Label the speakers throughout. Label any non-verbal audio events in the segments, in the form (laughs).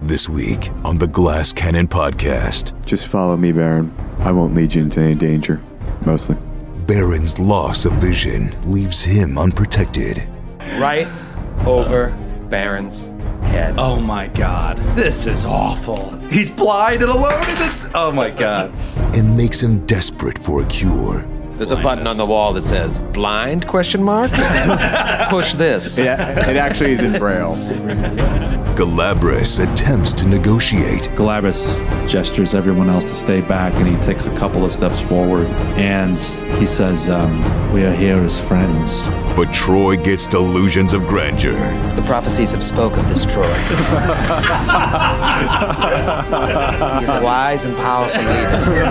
Speaker 1: This week on the Glass Cannon Podcast,
Speaker 2: Just follow me, Baron. I won't lead you into any danger. Mostly.
Speaker 1: Baron's loss of vision leaves him unprotected.
Speaker 3: right over Baron's head.
Speaker 4: Oh my god. This is awful. He's blind and alone in the. Oh my god.
Speaker 1: and makes him desperate for a cure.
Speaker 3: There's a button on the wall that says "blind?" question
Speaker 5: (laughs)
Speaker 3: mark. Push this.
Speaker 2: It, it actually is in Braille.
Speaker 1: Galabras attempts to negotiate,
Speaker 6: Galabras gestures everyone else to stay back, and he takes a couple of steps forward. And he says, um, "We are here as friends."
Speaker 1: but Troy gets delusions of grandeur.
Speaker 5: The prophecies have spoke of this Troy. He's a wise and powerful leader.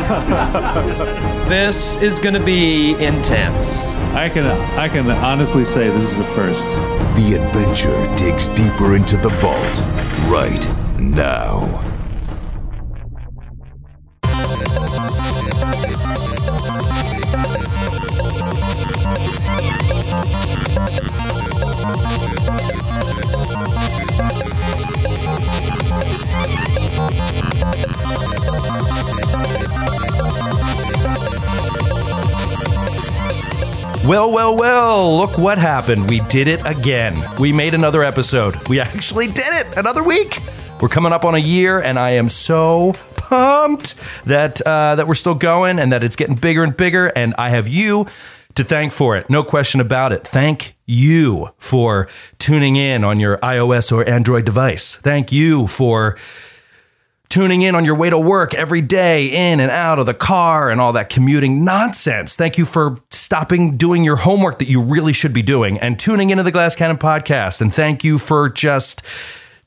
Speaker 3: (laughs) This is gonna be intense.
Speaker 6: I can, I can honestly say this is a first.
Speaker 1: The adventure digs deeper into the vault right now.
Speaker 7: Well, well, well, look what happened. We did it again. We made another episode. We actually did it another week. We're coming up on a year, and I am so pumped that uh, that we're still going and that it's getting bigger and bigger. And I have you to thank for it. No question about it. Thank you for tuning in on your iOS or Android device. Thank you for tuning in on your way to work every day, in and out of the car, and all that commuting nonsense. Thank you for stopping doing your homework that you really should be doing and tuning into the Glass Cannon podcast. And thank you for just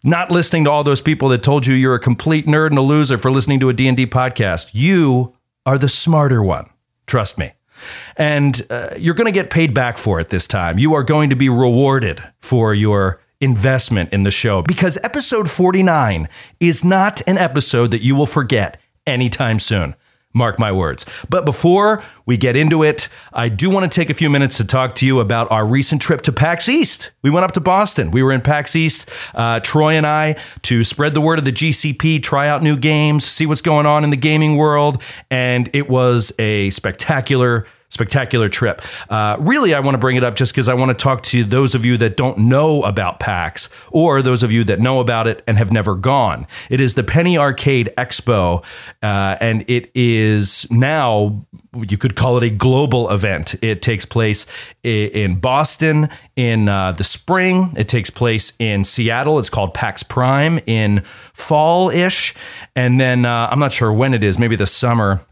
Speaker 7: not listening to all those people that told you you're a complete nerd and a loser for listening to a D&D podcast. You are the smarter one. Trust me. And uh, you're going to get paid back for it this time. You are going to be rewarded for your investment in the show because episode 49 is not an episode that you will forget anytime soon. Mark my words. But before we get into it, I do want to take a few minutes to talk to you about our recent trip to PAX East. We went up to Boston. We were in PAX East, uh, Troy and I, to spread the word of the GCP, try out new games, see what's going on in the gaming world. And it was a spectacular spectacular trip. Uh, really, I want to bring it up just because I want to talk to those of you that don't know about PAX or those of you that know about it and have never gone. It is the Penny Arcade Expo, uh, and it is now, you could call it a global event. It takes place i- in Boston in uh, the spring, it takes place in Seattle. It's called PAX Prime in fall ish. And then uh, I'm not sure when it is, maybe the summer.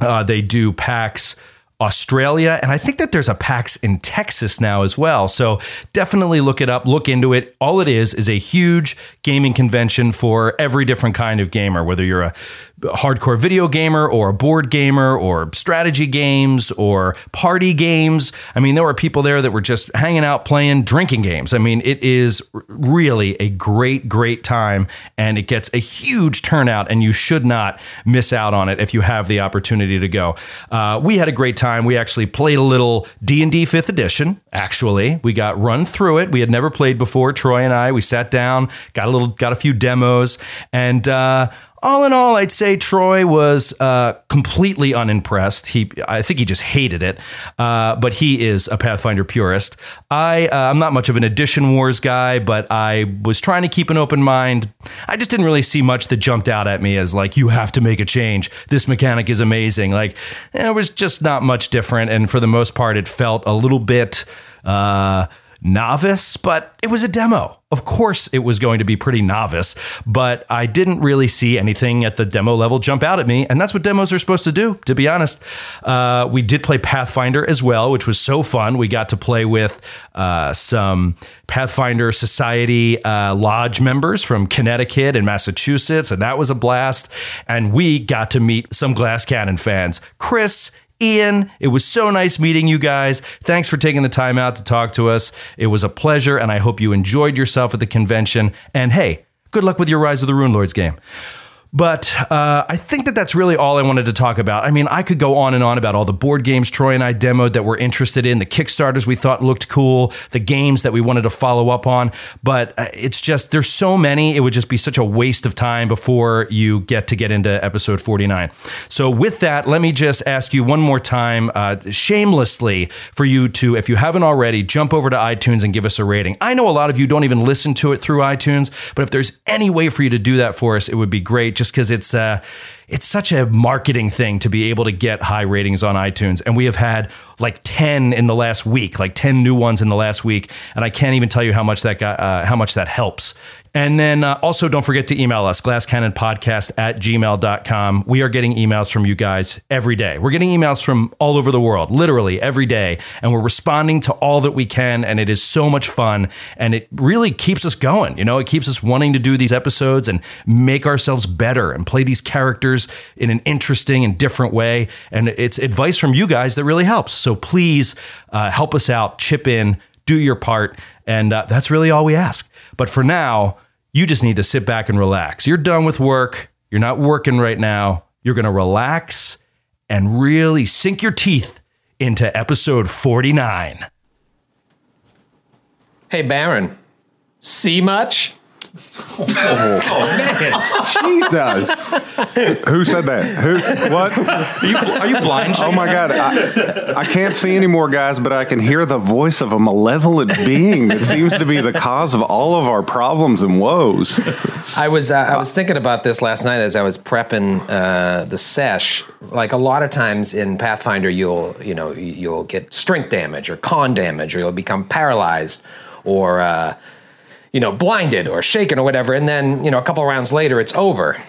Speaker 7: Uh, they do PAX Australia, and I think that there's a PAX in Texas now as well. So definitely look it up, look into it. All it is is a huge gaming convention for every different kind of gamer, whether you're a hardcore video gamer or a board gamer or strategy games or party games. I mean, there were people there that were just hanging out, playing, drinking games. I mean, it is r- really a great, great time, and it gets a huge turnout, and you should not miss out on it if you have the opportunity to go. Uh, we had a great time. We actually played a little D and D Fifth Edition. Actually, we got run through it. We had never played before. Troy and I, we sat down, got a little, got a few demos, and. Uh, all in all, I'd say Troy was uh, completely unimpressed. He, I think he just hated it. Uh, but he is a Pathfinder purist. I, uh, I'm not much of an Edition Wars guy, but I was trying to keep an open mind. I just didn't really see much that jumped out at me as like you have to make a change. This mechanic is amazing. Like it was just not much different, and for the most part, it felt a little bit. Uh, novice, but it was a demo. Of course, it was going to be pretty novice, but I didn't really see anything at the demo level jump out at me. And that's what demos are supposed to do, to be honest. Uh, we did play Pathfinder as well, which was so fun. We got to play with uh, some Pathfinder Society uh, Lodge members from Connecticut and Massachusetts, and that was a blast. And we got to meet some Glass Cannon fans. Chris, Ian, it was so nice meeting you guys. Thanks for taking the time out to talk to us. It was a pleasure, and I hope you enjoyed yourself at the convention. And hey, good luck with your Rise of the Rune Lords game. But uh, I think that that's really all I wanted to talk about. I mean, I could go on and on about all the board games Troy and I demoed that we're interested in, the Kickstarters we thought looked cool, the games that we wanted to follow up on. But uh, it's just, there's so many, it would just be such a waste of time before you get to get into episode 49. So, with that, let me just ask you one more time, uh, shamelessly, for you to, if you haven't already, jump over to iTunes and give us a rating. I know a lot of you don't even listen to it through iTunes, but if there's any way for you to do that for us, it would be great just because it's uh, it's such a marketing thing to be able to get high ratings on iTunes. And we have had like 10 in the last week, like 10 new ones in the last week. And I can't even tell you how much that got, uh, how much that helps. And then uh, also don't forget to email us, glasscannonpodcast at gmail.com. We are getting emails from you guys every day. We're getting emails from all over the world, literally every day. And we're responding to all that we can. And it is so much fun. And it really keeps us going. You know, it keeps us wanting to do these episodes and make ourselves better and play these characters in an interesting and different way. And it's advice from you guys that really helps. So please uh, help us out, chip in, do your part. And uh, that's really all we ask. But for now, you just need to sit back and relax. You're done with work. You're not working right now. You're going to relax and really sink your teeth into episode 49.
Speaker 3: Hey, Baron, see much?
Speaker 2: Jesus. Who said that? Who? What?
Speaker 7: Are you, are you blind?
Speaker 2: Oh my God. I, I can't see anymore, guys, but I can hear the voice of a malevolent being that seems to be the cause of all of our problems and woes.
Speaker 3: I was uh, I was thinking about this last night as I was prepping uh, the sesh. Like a lot of times in Pathfinder, you'll you know you'll get strength damage or con damage, or you'll become paralyzed, or uh, you know blinded or shaken or whatever, and then you know a couple rounds later it's over.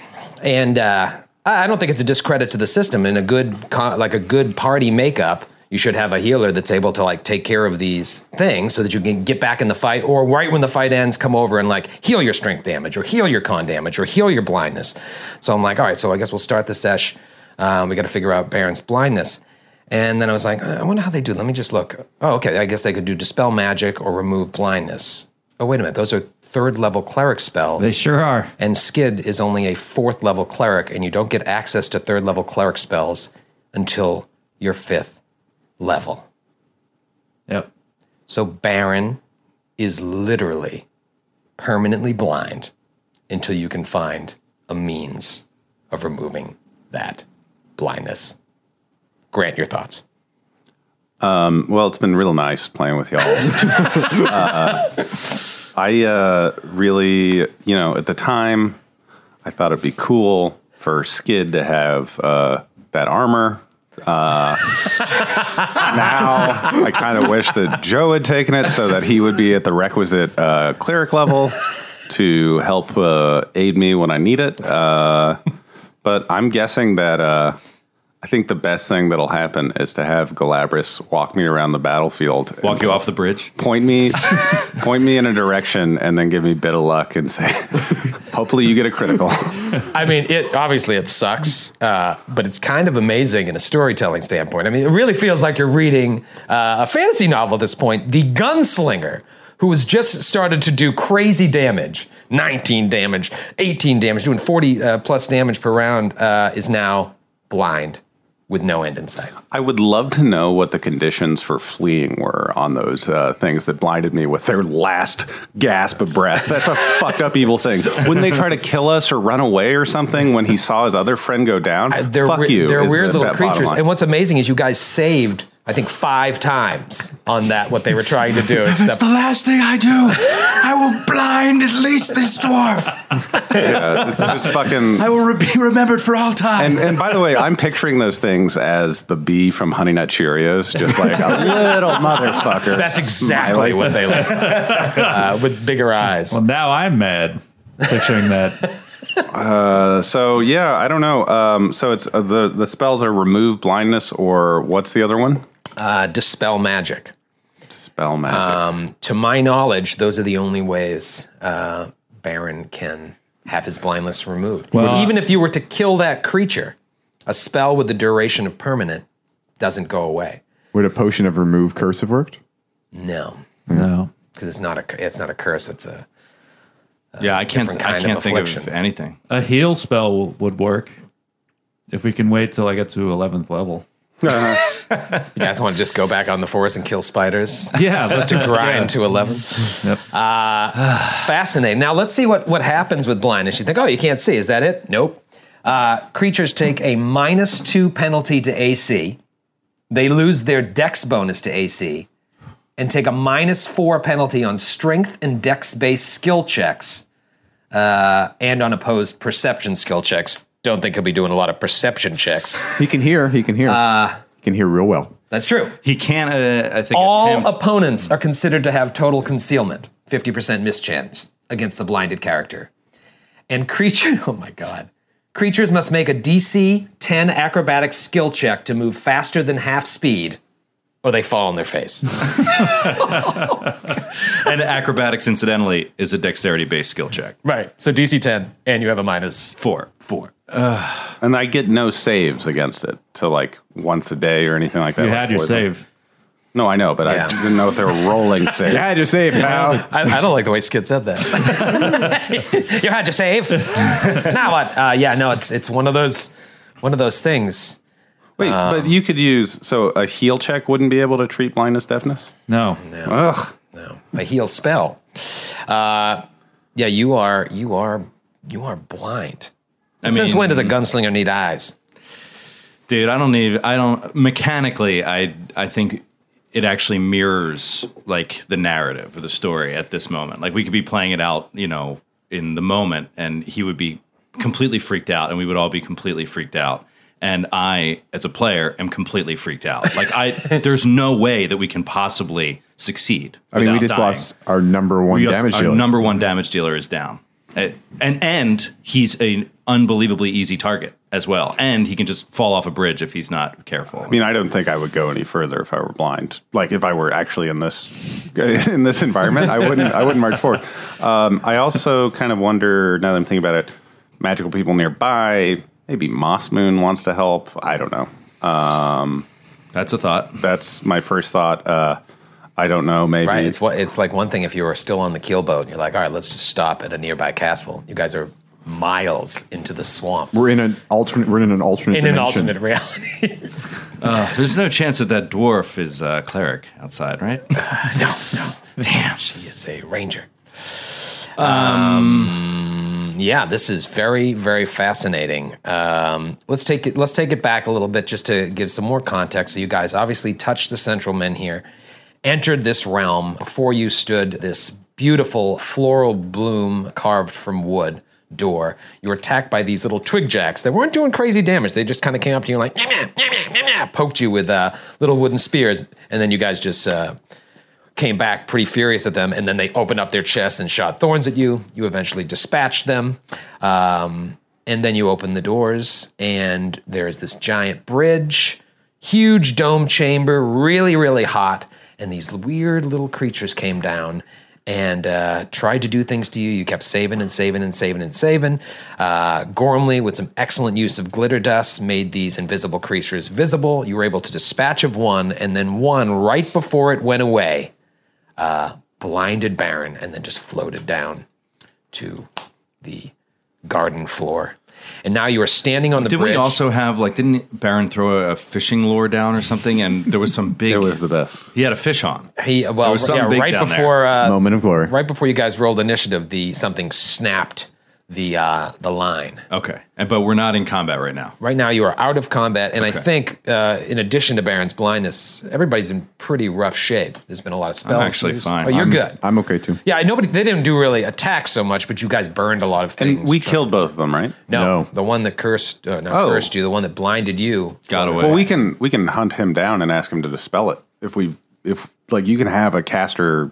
Speaker 3: And uh, I I don't think it's a discredit to the system. In a good co- like a good party makeup, you should have a healer that's able to like take care of these things so that you can get back in the fight or right when the fight ends come over and like heal your strength damage or heal your con damage or heal your blindness so i'm like all right so i guess we'll start the sesh um, we got to figure out baron's blindness and then i was like i wonder how they do let me just look oh okay i guess they could do dispel magic or remove blindness oh wait a minute those are third level cleric spells
Speaker 8: They (laughs) sure are.
Speaker 3: and Skid is only a fourth level cleric, and you don't get access to third level cleric spells until your fifth level.
Speaker 8: Yep.
Speaker 3: So Baron is literally permanently blind until you can find a means of removing that blindness. Grant your thoughts.
Speaker 2: Well, it's been real nice playing with y'all. uh, I uh, really, you know, at the time, I thought it'd be cool for Skid to have uh, that armor. Uh, (laughs) now, I kind of wish that Joe had taken it so that he would be at the requisite uh, cleric level to help uh, aid me when I need it. Uh, but I'm guessing that. Uh, I think the best thing that'll happen is to have Galabras walk me around the battlefield. and
Speaker 9: (laughs) Walk you off the bridge.
Speaker 2: point me (laughs) point me in a direction and then give me bit of luck and say (laughs) hopefully you get a critical
Speaker 3: I mean, it obviously it sucks, uh, but it's kind of amazing in a storytelling standpoint. I mean, it really feels like you're reading uh, a fantasy novel at this point. The gunslinger who has just started to do crazy damage, 19 damage, 18 damage, doing 40 uh, plus damage per round, uh, is now blind with no end in sight.
Speaker 2: i would love to know what the conditions for fleeing were on those uh, things that blinded me with their last gasp of breath that's a (laughs) fucked up evil thing wouldn't they try to kill us or run away or something when he saw his other friend go down
Speaker 3: I- Uh, they're
Speaker 2: fuck
Speaker 3: we-
Speaker 2: you
Speaker 3: They're
Speaker 2: is
Speaker 3: weird
Speaker 2: the-
Speaker 3: little
Speaker 2: that bottom
Speaker 3: creatures.
Speaker 2: line.
Speaker 3: And what's amazing is you guys saved, I think, five times on that what they were trying to do. It's the-
Speaker 9: last thing I do. I will blind at least this dwarf.
Speaker 2: Yeah, it's just fucking
Speaker 9: I will be remembered for all time.
Speaker 2: And, and by the way, I'm picturing those things as the bee from Honey Nut Cheerios, just like a
Speaker 9: (laughs)
Speaker 2: little motherfucker.
Speaker 3: That's exactly
Speaker 2: smiling.
Speaker 3: what they look like. (laughs) uh, with bigger eyes.
Speaker 6: Well, now I'm mad picturing that.
Speaker 2: So yeah, I don't know. Um, so it's uh, the the spells are remove blindness or what's the other one?
Speaker 3: Uh, dispel magic.
Speaker 2: Spell magic. (laughs)
Speaker 3: To my knowledge, those are the only ways uh, Baron can have his blindness removed.
Speaker 6: Well-
Speaker 3: Even if you were to kill that creature, a spell with the duration of permanent doesn't go away.
Speaker 2: Would a potion of remove curse have worked?
Speaker 3: No,
Speaker 6: No.
Speaker 3: because it's not a cu- it's not a curse. It's a
Speaker 8: yeah, I can't.
Speaker 3: different
Speaker 8: I
Speaker 3: kind of
Speaker 8: can't think of
Speaker 3: affliction.
Speaker 8: anything.
Speaker 6: A heal spell w- would work if we can wait till I get to eleventh level.
Speaker 2: Uh-huh.
Speaker 3: You guys want to just go back on the forest and kill (laughs) spiders?
Speaker 6: Yeah,
Speaker 3: just
Speaker 6: let's-
Speaker 3: to grind
Speaker 6: yeah.
Speaker 3: to eleven. Uh,
Speaker 6: Yep.
Speaker 3: Fascinating. Now let's see what what happens with blindness. You think, oh, you can't see. Is that it? Nope. Uh, creatures take a minus two penalty to AC. They lose their Dex bonus to AC, and take a minus four penalty on Strength and Dex based skill checks, uh, and on opposed perception skill checks. Don't think he'll be doing a lot of perception checks.
Speaker 10: He can hear. He can hear.
Speaker 8: Uh,
Speaker 10: he can hear real well.
Speaker 3: That's true.
Speaker 8: He can't. Uh, I think
Speaker 3: All
Speaker 8: attempt.
Speaker 3: opponents are considered to have total concealment, 50% mischance against the blinded character. And creature, (laughs) oh my god. Creatures must make a DC 10 acrobatic skill check to move faster than half speed or they fall on their face.
Speaker 8: and acrobatics, incidentally, is a dexterity-based skill check.
Speaker 3: (laughs) right. So DC 10 and you have a minus.
Speaker 8: Four, four.
Speaker 2: And I get no saves against it to like once a day or anything like that.
Speaker 6: you
Speaker 2: like
Speaker 6: had your
Speaker 2: poison.
Speaker 6: save.
Speaker 2: No, I know, but I didn't know if they
Speaker 6: (laughs)
Speaker 2: were rolling saves.
Speaker 10: Yeah, just say it, pal.
Speaker 3: I, I don't like the way Skid said that. (laughs) you had your (laughs) save. now what? Uh, yeah, no, it's it's one of those one of those things.
Speaker 2: Wait, but you could use so a heal check wouldn't be able to treat blindness, deafness.
Speaker 6: No.
Speaker 2: Ugh.
Speaker 3: a heal spell. Uh, yeah, you are you are you are blind.
Speaker 8: I
Speaker 3: Since
Speaker 8: mean,
Speaker 3: when does a gunslinger need eyes?
Speaker 8: dude? I don't need. I don't mechanically. I I think it actually mirrors like the narrative or the story at this moment. Like we could be playing it out, you know, in the moment, and he would be completely freaked out, and we would all be completely freaked out. And I, as a player, am completely freaked out. Like I, (laughs) there's no way that we can possibly succeed.
Speaker 10: I mean, we
Speaker 8: without
Speaker 10: just
Speaker 8: dying.
Speaker 10: lost our number one
Speaker 8: We also-
Speaker 10: damage
Speaker 8: our
Speaker 10: dealer.
Speaker 8: number one damage dealer is down, Uh, and and he's an unbelievably easy target as well, and he can just fall off a bridge if he's not careful.
Speaker 2: I mean, I don't think I would go any further if I were blind. Like if I were actually in this (laughs) in this environment, I wouldn't. I wouldn't march forward. Um, I also kind of wonder now that I'm thinking about it. Magical people nearby. Maybe Moss Moon wants to help. I don't know.
Speaker 8: That's a thought.
Speaker 2: That's my first thought. Uh, I don't know. Maybe
Speaker 3: Right. It's what it's like one thing if you were still on the keelboat and you're like, all right, let's just stop at a nearby castle. You guys are miles into the swamp.
Speaker 10: We're in an alternate. We're in an alternate.
Speaker 3: in an
Speaker 10: dimension.
Speaker 3: alternate reality.
Speaker 8: There's no chance that that dwarf is a cleric outside, right?
Speaker 3: no, no. Damn. She is a ranger. Um, yeah, this is very, very fascinating. Um, let's take it. Let's take it back a little bit just to give some more context. So you guys obviously touched the central men here, entered this realm. Before you stood this beautiful floral bloom carved from wood door. You were attacked by these little twig jacks. They weren't doing crazy damage. They just kind of came up to you and like "Meow, meow, meow, meow, meow, meow," poked you with uh, little wooden spears, and then you guys just. Uh, came back pretty furious at them, and then they opened up their chests and shot thorns at you. You eventually dispatched them. Um, and then you open the doors, and there's this giant bridge, huge dome chamber, really, really hot. And these weird little creatures came down and uh, tried to do things to you. You kept saving and saving and saving and saving. Uh, Gormley, with some excellent use of glitter dust, made these invisible creatures visible. You were able to dispatch of one, and then one right before it went away blinded Baron and then just floated down to the garden floor. And now you are standing on the
Speaker 8: Did
Speaker 3: bridge.
Speaker 8: we also have like didn't Baron throw a fishing lure down or something? And there was some big.
Speaker 2: (laughs) it was the best.
Speaker 8: he had a fish on.
Speaker 3: he, well,
Speaker 8: was something
Speaker 3: yeah,
Speaker 8: big
Speaker 3: right
Speaker 8: down there.
Speaker 3: before uh,
Speaker 10: Moment of glory.
Speaker 3: right before you guys rolled initiative, the something snapped the uh, the line.
Speaker 8: Okay, and, but we're not in combat right now.
Speaker 3: Right now you are out of combat, and I think uh, in addition to Baron's blindness, everybody's in pretty rough shape. There's been a lot of spells.
Speaker 8: actually
Speaker 3: used.
Speaker 8: fine.
Speaker 3: Oh, you're
Speaker 8: I'm-
Speaker 3: good.
Speaker 10: I'm okay too.
Speaker 3: yeah, nobody. They didn't do really attack so much, but you guys burned a lot of things.
Speaker 2: And we
Speaker 3: trying-
Speaker 2: killed both of them, right?
Speaker 3: No,
Speaker 10: No.
Speaker 3: the one that cursed, uh, not
Speaker 2: Oh.
Speaker 3: cursed you, the one that blinded you.
Speaker 8: Got away.
Speaker 2: Well, we can we can hunt him down and ask him to dispel it. If we if like you can have a caster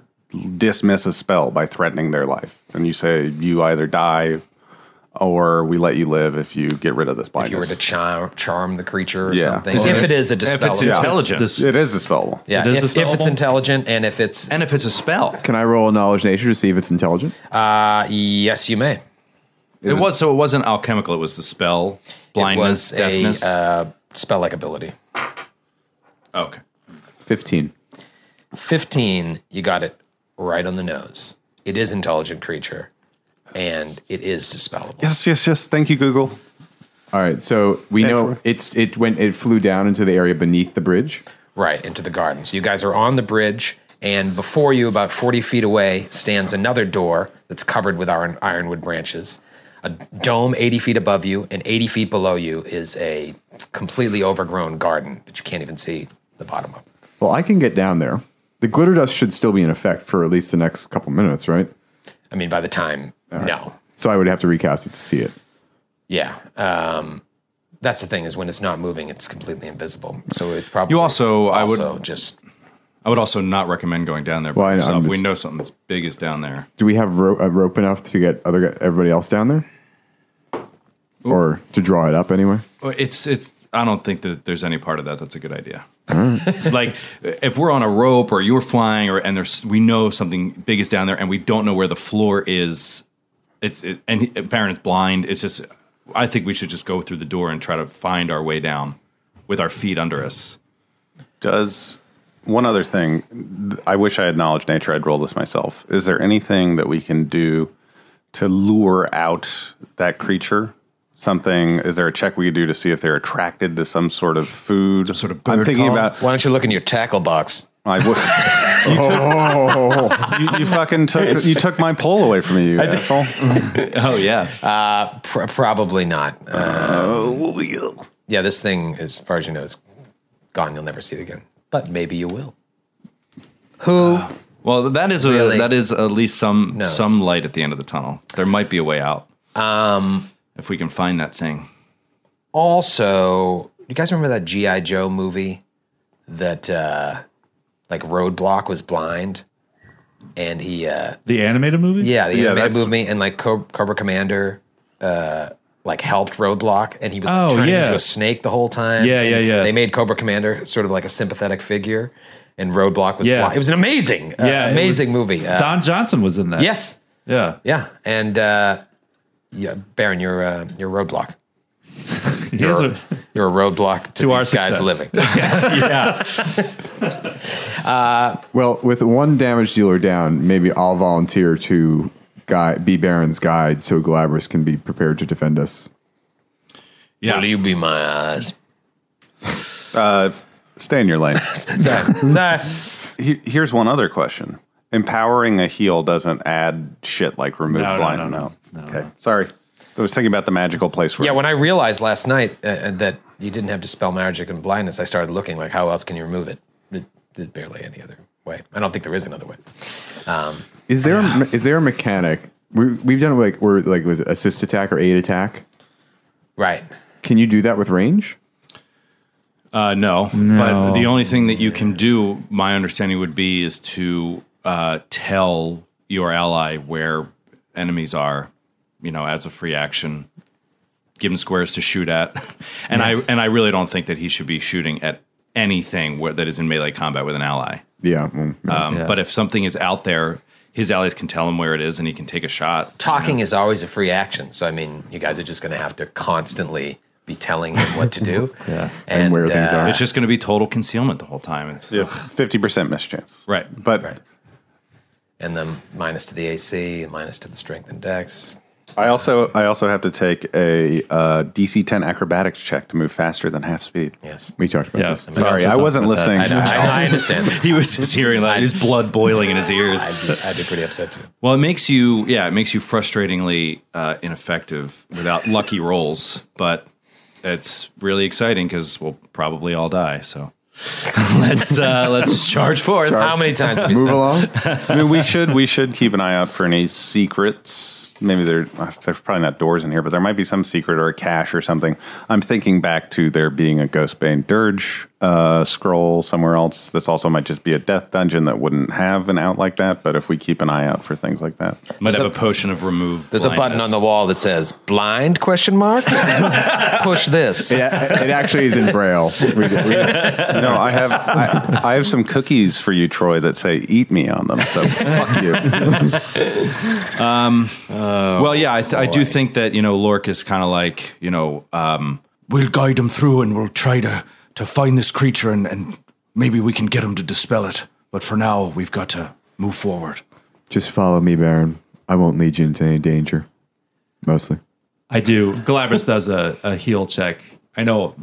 Speaker 2: dismiss a spell by threatening their life, and you say you either die or we let you live if you get rid of this
Speaker 3: if you were
Speaker 2: blindness.
Speaker 3: to charm, charm the creature or
Speaker 2: Yeah.
Speaker 3: something.
Speaker 2: Well,
Speaker 3: if it is a dispel,
Speaker 8: it's
Speaker 3: yeah.
Speaker 8: intelligent,
Speaker 6: This,
Speaker 2: it is dispellable.
Speaker 3: yeah,
Speaker 6: It is
Speaker 3: if, if it's
Speaker 6: dispellable?
Speaker 3: intelligent and if it's
Speaker 8: and if it's a spell,
Speaker 10: Can I roll a knowledge nature to see if it's intelligent?
Speaker 3: uh, yes, you may.
Speaker 8: it was so it wasn't alchemical. It was the spell blindness,
Speaker 3: it was
Speaker 8: deafness.
Speaker 3: a uh, spell like ability.
Speaker 8: okay,
Speaker 10: Fifteen.
Speaker 3: Fifteen, you got it right on the nose. It is intelligent creature. and it is dispellable.
Speaker 2: Yes, yes, yes. Thank you, Google.
Speaker 10: All right, so we know it's it went it flew down into the area beneath the bridge.
Speaker 3: Right, into the garden. So you guys are on the bridge, and before you, about 40 feet away, stands another door that's covered with iron, ironwood branches. A dome 80 feet above you, and 80 feet below you is a completely overgrown garden that you can't even see the bottom of.
Speaker 10: Well, I can get down there. The glitter dust should still be in effect for at least the next couple minutes, right?
Speaker 3: I mean, by the time, no.
Speaker 10: So I would have to recast it to see it.
Speaker 3: Yeah. Um, that's the thing is when it's not moving, it's completely invisible. So it's probably
Speaker 8: You also, I would
Speaker 3: also just.
Speaker 8: I would also not recommend going down there by
Speaker 10: Well, I know,
Speaker 8: yourself.
Speaker 10: I'm
Speaker 8: we
Speaker 10: just-
Speaker 8: know something as big as down there.
Speaker 10: Do we have ro- a rope enough to get other everybody else down there, or to draw it up anyway?
Speaker 8: Well, It's it's. I don't think that there's any part of that that's a good idea. like if we're on a rope or you're flying or and there's we know something big is down there and we don't know where the floor is. It's it, and he- Baron is blind. It's just I think we should just go through the door and try to find our way down with our feet under us.
Speaker 2: Does one other thing? th- I wish I had knowledge nature. I'd roll this myself. Is there anything that we can do to lure out that creature? Something? Is there a check we could do to see if they're attracted to some sort of food? sort of. I'm thinking about.
Speaker 3: Why don't you look in your tackle box?
Speaker 2: I would. (laughs) You, took, you, you fucking took. You took my pole away from me. You asshole. (laughs)
Speaker 8: oh yeah.
Speaker 3: Uh, pr- probably not. Um, yeah, this thing, as far as you know, is gone. You'll never see it again. But maybe you will. Who?
Speaker 8: well, that is a
Speaker 3: Really?
Speaker 8: that is at least some
Speaker 3: Knows.
Speaker 8: some light at the end of the tunnel. There might be a way out.
Speaker 3: Um,
Speaker 8: if we can find that thing.
Speaker 3: Also, you guys remember that GI Joe movie that uh, like Roadblock was blind, and he uh,
Speaker 6: The animated movie?
Speaker 3: yeah, the
Speaker 6: Yeah,
Speaker 3: animated
Speaker 6: that's-
Speaker 3: movie, and like Cobra, Cobra Commander. Uh, like helped Roadblock, and he was like,
Speaker 6: Oh,
Speaker 3: turning
Speaker 6: yeah.
Speaker 3: into a snake the whole time.
Speaker 6: Yeah, yeah,
Speaker 3: And
Speaker 6: yeah.
Speaker 3: They made Cobra Commander sort of like a sympathetic figure, and Roadblock was
Speaker 6: Yeah.
Speaker 3: blind. It was an amazing, uh,
Speaker 6: Yeah, it
Speaker 3: amazing
Speaker 6: was-
Speaker 3: movie. Uh,
Speaker 6: Don Johnson was in that.
Speaker 3: Yes.
Speaker 6: Yeah.
Speaker 3: Yeah, and uh, yeah, Baron, you're uh, you're roadblock.
Speaker 6: Here's a-
Speaker 3: You're a roadblock to,
Speaker 6: To our
Speaker 3: these guys
Speaker 6: success.
Speaker 3: living.
Speaker 6: yeah.
Speaker 10: Uh, well, with one damage dealer down, maybe I'll volunteer to guy be Baron's guide so Galabras can be prepared to defend us.
Speaker 8: Yeah.
Speaker 3: Will you be my eyes?
Speaker 2: Uh, stay in your
Speaker 3: (laughs)
Speaker 2: lane.
Speaker 3: Sorry. Sorry.
Speaker 2: He, here's one other question. Empowering a heal doesn't add shit like remove
Speaker 3: No, no,
Speaker 2: blind.
Speaker 3: no, no.
Speaker 2: okay. Sorry. I was thinking about the magical place where
Speaker 3: Yeah, when I realized last night uh, uh, that you didn't have dispel magic and blindness, I started looking like, how else can you remove it? It- There's barely any other way. I don't think there is another way. Um,
Speaker 10: Is there a, is there a mechanic? We, we've done like we're like was it assist attack or aid attack?
Speaker 3: Right.
Speaker 10: Can you do that with range?
Speaker 8: Uh, no,
Speaker 10: No.
Speaker 8: but the only thing that you can do, my understanding would be, is to uh, tell your ally where enemies are, you know, as a free action. Give him squares to shoot at, (laughs) and I and I really don't think that he should be shooting at anything where, that is in melee combat with an ally.
Speaker 10: Yeah. mm, yeah.
Speaker 8: Um, But if something is out there, his allies can tell him where it is, and he can take a shot.
Speaker 3: talking is always a free action. So, I mean, you guys are just going to have to constantly be telling him what to do. (laughs) yeah. And, uh, where things are.
Speaker 8: It's just going to be total concealment the whole time. It's
Speaker 2: fifty percent miss chance.
Speaker 8: Right.
Speaker 2: But
Speaker 3: and then minus to the AC, minus to the strength and dex.
Speaker 2: I also I also have to take a uh, DC 10 acrobatics check to move faster than half speed.
Speaker 3: Yes.
Speaker 10: We talked about this.
Speaker 2: Sorry, I wasn't listening.
Speaker 8: (laughs) he was just hearing like his blood boiling in his ears. I'd
Speaker 3: be, I'd be pretty upset too.
Speaker 8: Well, it makes you, yeah, it makes you frustratingly uh, ineffective without lucky rolls, but it's really exciting because we'll probably all die. So (laughs) let's uh, let's just charge forth.
Speaker 3: How many times have we said-
Speaker 2: I mean, we should we should keep an eye out for any secrets. Maybe there, there's probably not doors in here, but there might be some secret or a cache or something. I'm thinking back to there being a Ghostbane Dirge uh, scroll somewhere else. This also might just be a death dungeon that wouldn't have an out like that. But if we keep an eye out for things like that,
Speaker 8: Might have a, potion of remove.
Speaker 3: There's a button
Speaker 8: blindness.
Speaker 3: on the wall that says blind question mark. Push this.
Speaker 10: (laughs) Yeah, it actually is in braille.
Speaker 2: no, I have I, I have some cookies for you, Troy, that say "Eat me" on them. So fuck you.
Speaker 8: Um, well, yeah, I, th- I do think that you know Lork is kind of like you know um,
Speaker 9: We'll guide him through and we'll try to, to find this creature and, and maybe we can get him to dispel it. But for now, we've got to move forward.
Speaker 10: Just follow me, Baron. I won't lead you into any danger. Mostly.
Speaker 6: I do. Galabras does a, a heal check. I know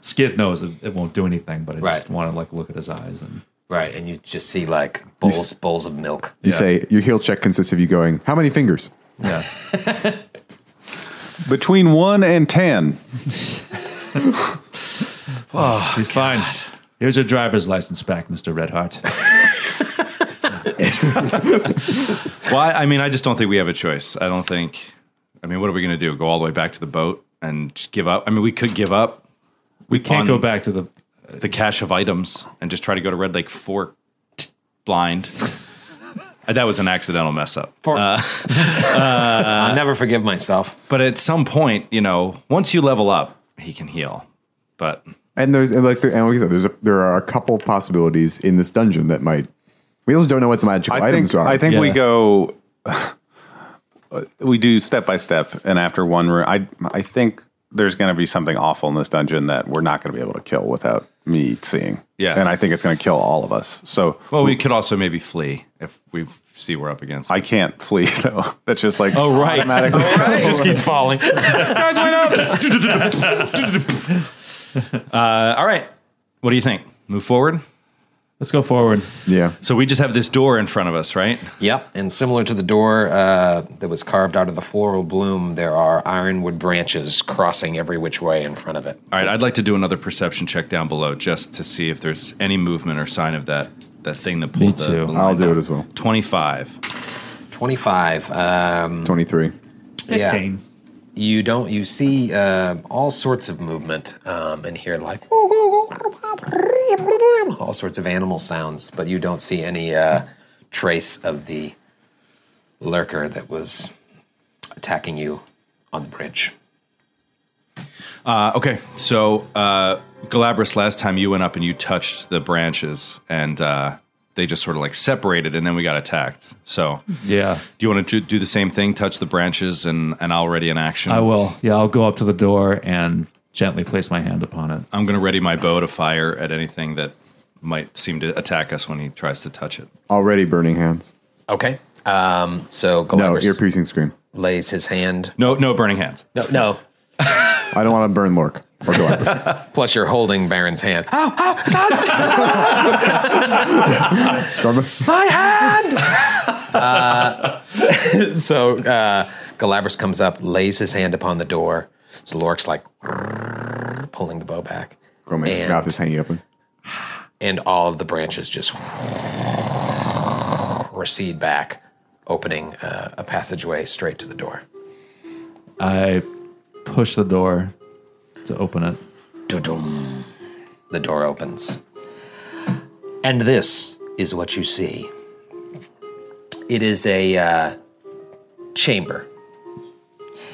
Speaker 6: Skid knows it, it won't do anything, but I just
Speaker 3: Right.
Speaker 6: want to like look at his eyes and
Speaker 3: right, and you just see like bowls bowls of milk.
Speaker 10: You say your heel check consists of you going, how many fingers?
Speaker 6: Yeah.
Speaker 2: Between one and ten.
Speaker 3: Oh,
Speaker 6: he's fine. Here's your driver's license back, Mister Redheart.
Speaker 8: Well, I, I mean, I just don't think we have a choice. I don't think. I mean, what are we going to do? Go all the way back to the boat and just give up? I mean, we could give up.
Speaker 6: We can't go back to the
Speaker 8: the cache of items and just try to go to Red Lake Fork blind. (laughs) Uh, that was an accidental mess up. Uh,
Speaker 3: I'll never forgive myself.
Speaker 8: But at some point, you know, once you level up, he can heal. But
Speaker 10: And there's and like the, and like I said, there's a, there are a couple possibilities in this dungeon that might. We also don't know what the magical
Speaker 2: I
Speaker 10: items
Speaker 2: think
Speaker 10: are.
Speaker 2: I think we go. (sighs) we do step by step, and after one room, I I think there's going to be something awful in this dungeon that we're not going to be able to kill without me seeing.
Speaker 8: Yeah.
Speaker 2: and I think it's going to kill all of us. So
Speaker 8: well, we could also maybe flee if we see we're up against.
Speaker 2: I can't flee (laughs) though. That's just like
Speaker 8: Oh, right.
Speaker 2: automatically.
Speaker 8: Oh, right. Just keeps falling.
Speaker 2: Guys, wait
Speaker 8: Uh, (laughs) all right, what do you think? Move forward.
Speaker 6: Let's go forward.
Speaker 10: Yeah.
Speaker 8: So we just have this door in front of us, right?
Speaker 3: (laughs) Yep, and similar to the door uh, that was carved out of the floral bloom, there are ironwood branches crossing every which way in front of it.
Speaker 8: All right, I'd like to do another perception check down below just to see if there's any movement or sign of that that thing that pulled the- the.
Speaker 10: I'll do it as well.
Speaker 8: Twenty-five.
Speaker 3: Twenty-five. Um,
Speaker 10: Twenty-three.
Speaker 3: Yeah. You don't. You see uh, all sorts of movement um, and hear like all sorts of animal sounds, but you don't see any uh, trace of the lurker that was attacking you on the bridge.
Speaker 8: Uh, okay, so uh, Galabras, last time you went up and you touched the branches, and uh, they just sort of like separated, and then we got attacked. So,
Speaker 6: Yeah.
Speaker 8: do you want to do the same thing? Touch the branches, and and I'll ready an action.
Speaker 6: I will. Yeah, I'll go up to the door and gently place my hand upon it.
Speaker 8: I'm going to ready my bow to fire at anything that might seem to attack us when he tries to touch it.
Speaker 10: Already burning hands.
Speaker 3: Okay. Um, so
Speaker 10: No,
Speaker 3: Galabras
Speaker 10: ear piercing scream.
Speaker 3: lays his hand.
Speaker 8: No, no burning hands.
Speaker 3: No, no.
Speaker 10: I don't want to burn Lork or
Speaker 2: (laughs)
Speaker 10: Galabras.
Speaker 3: Plus, you're holding Baron's hand.
Speaker 10: Ah. Darba?
Speaker 3: My hand! uh, (laughs) so uh, Galabras comes up, lays his hand upon the door. So Lork's like pulling the bow back.
Speaker 10: Groman's
Speaker 3: And-
Speaker 10: mouth is hanging open.
Speaker 3: And all of the branches just recede back, opening uh, a passageway straight to the door.
Speaker 6: I push the door to open it.
Speaker 3: Dudum. The door opens. And this is what you see it is a uh, chamber.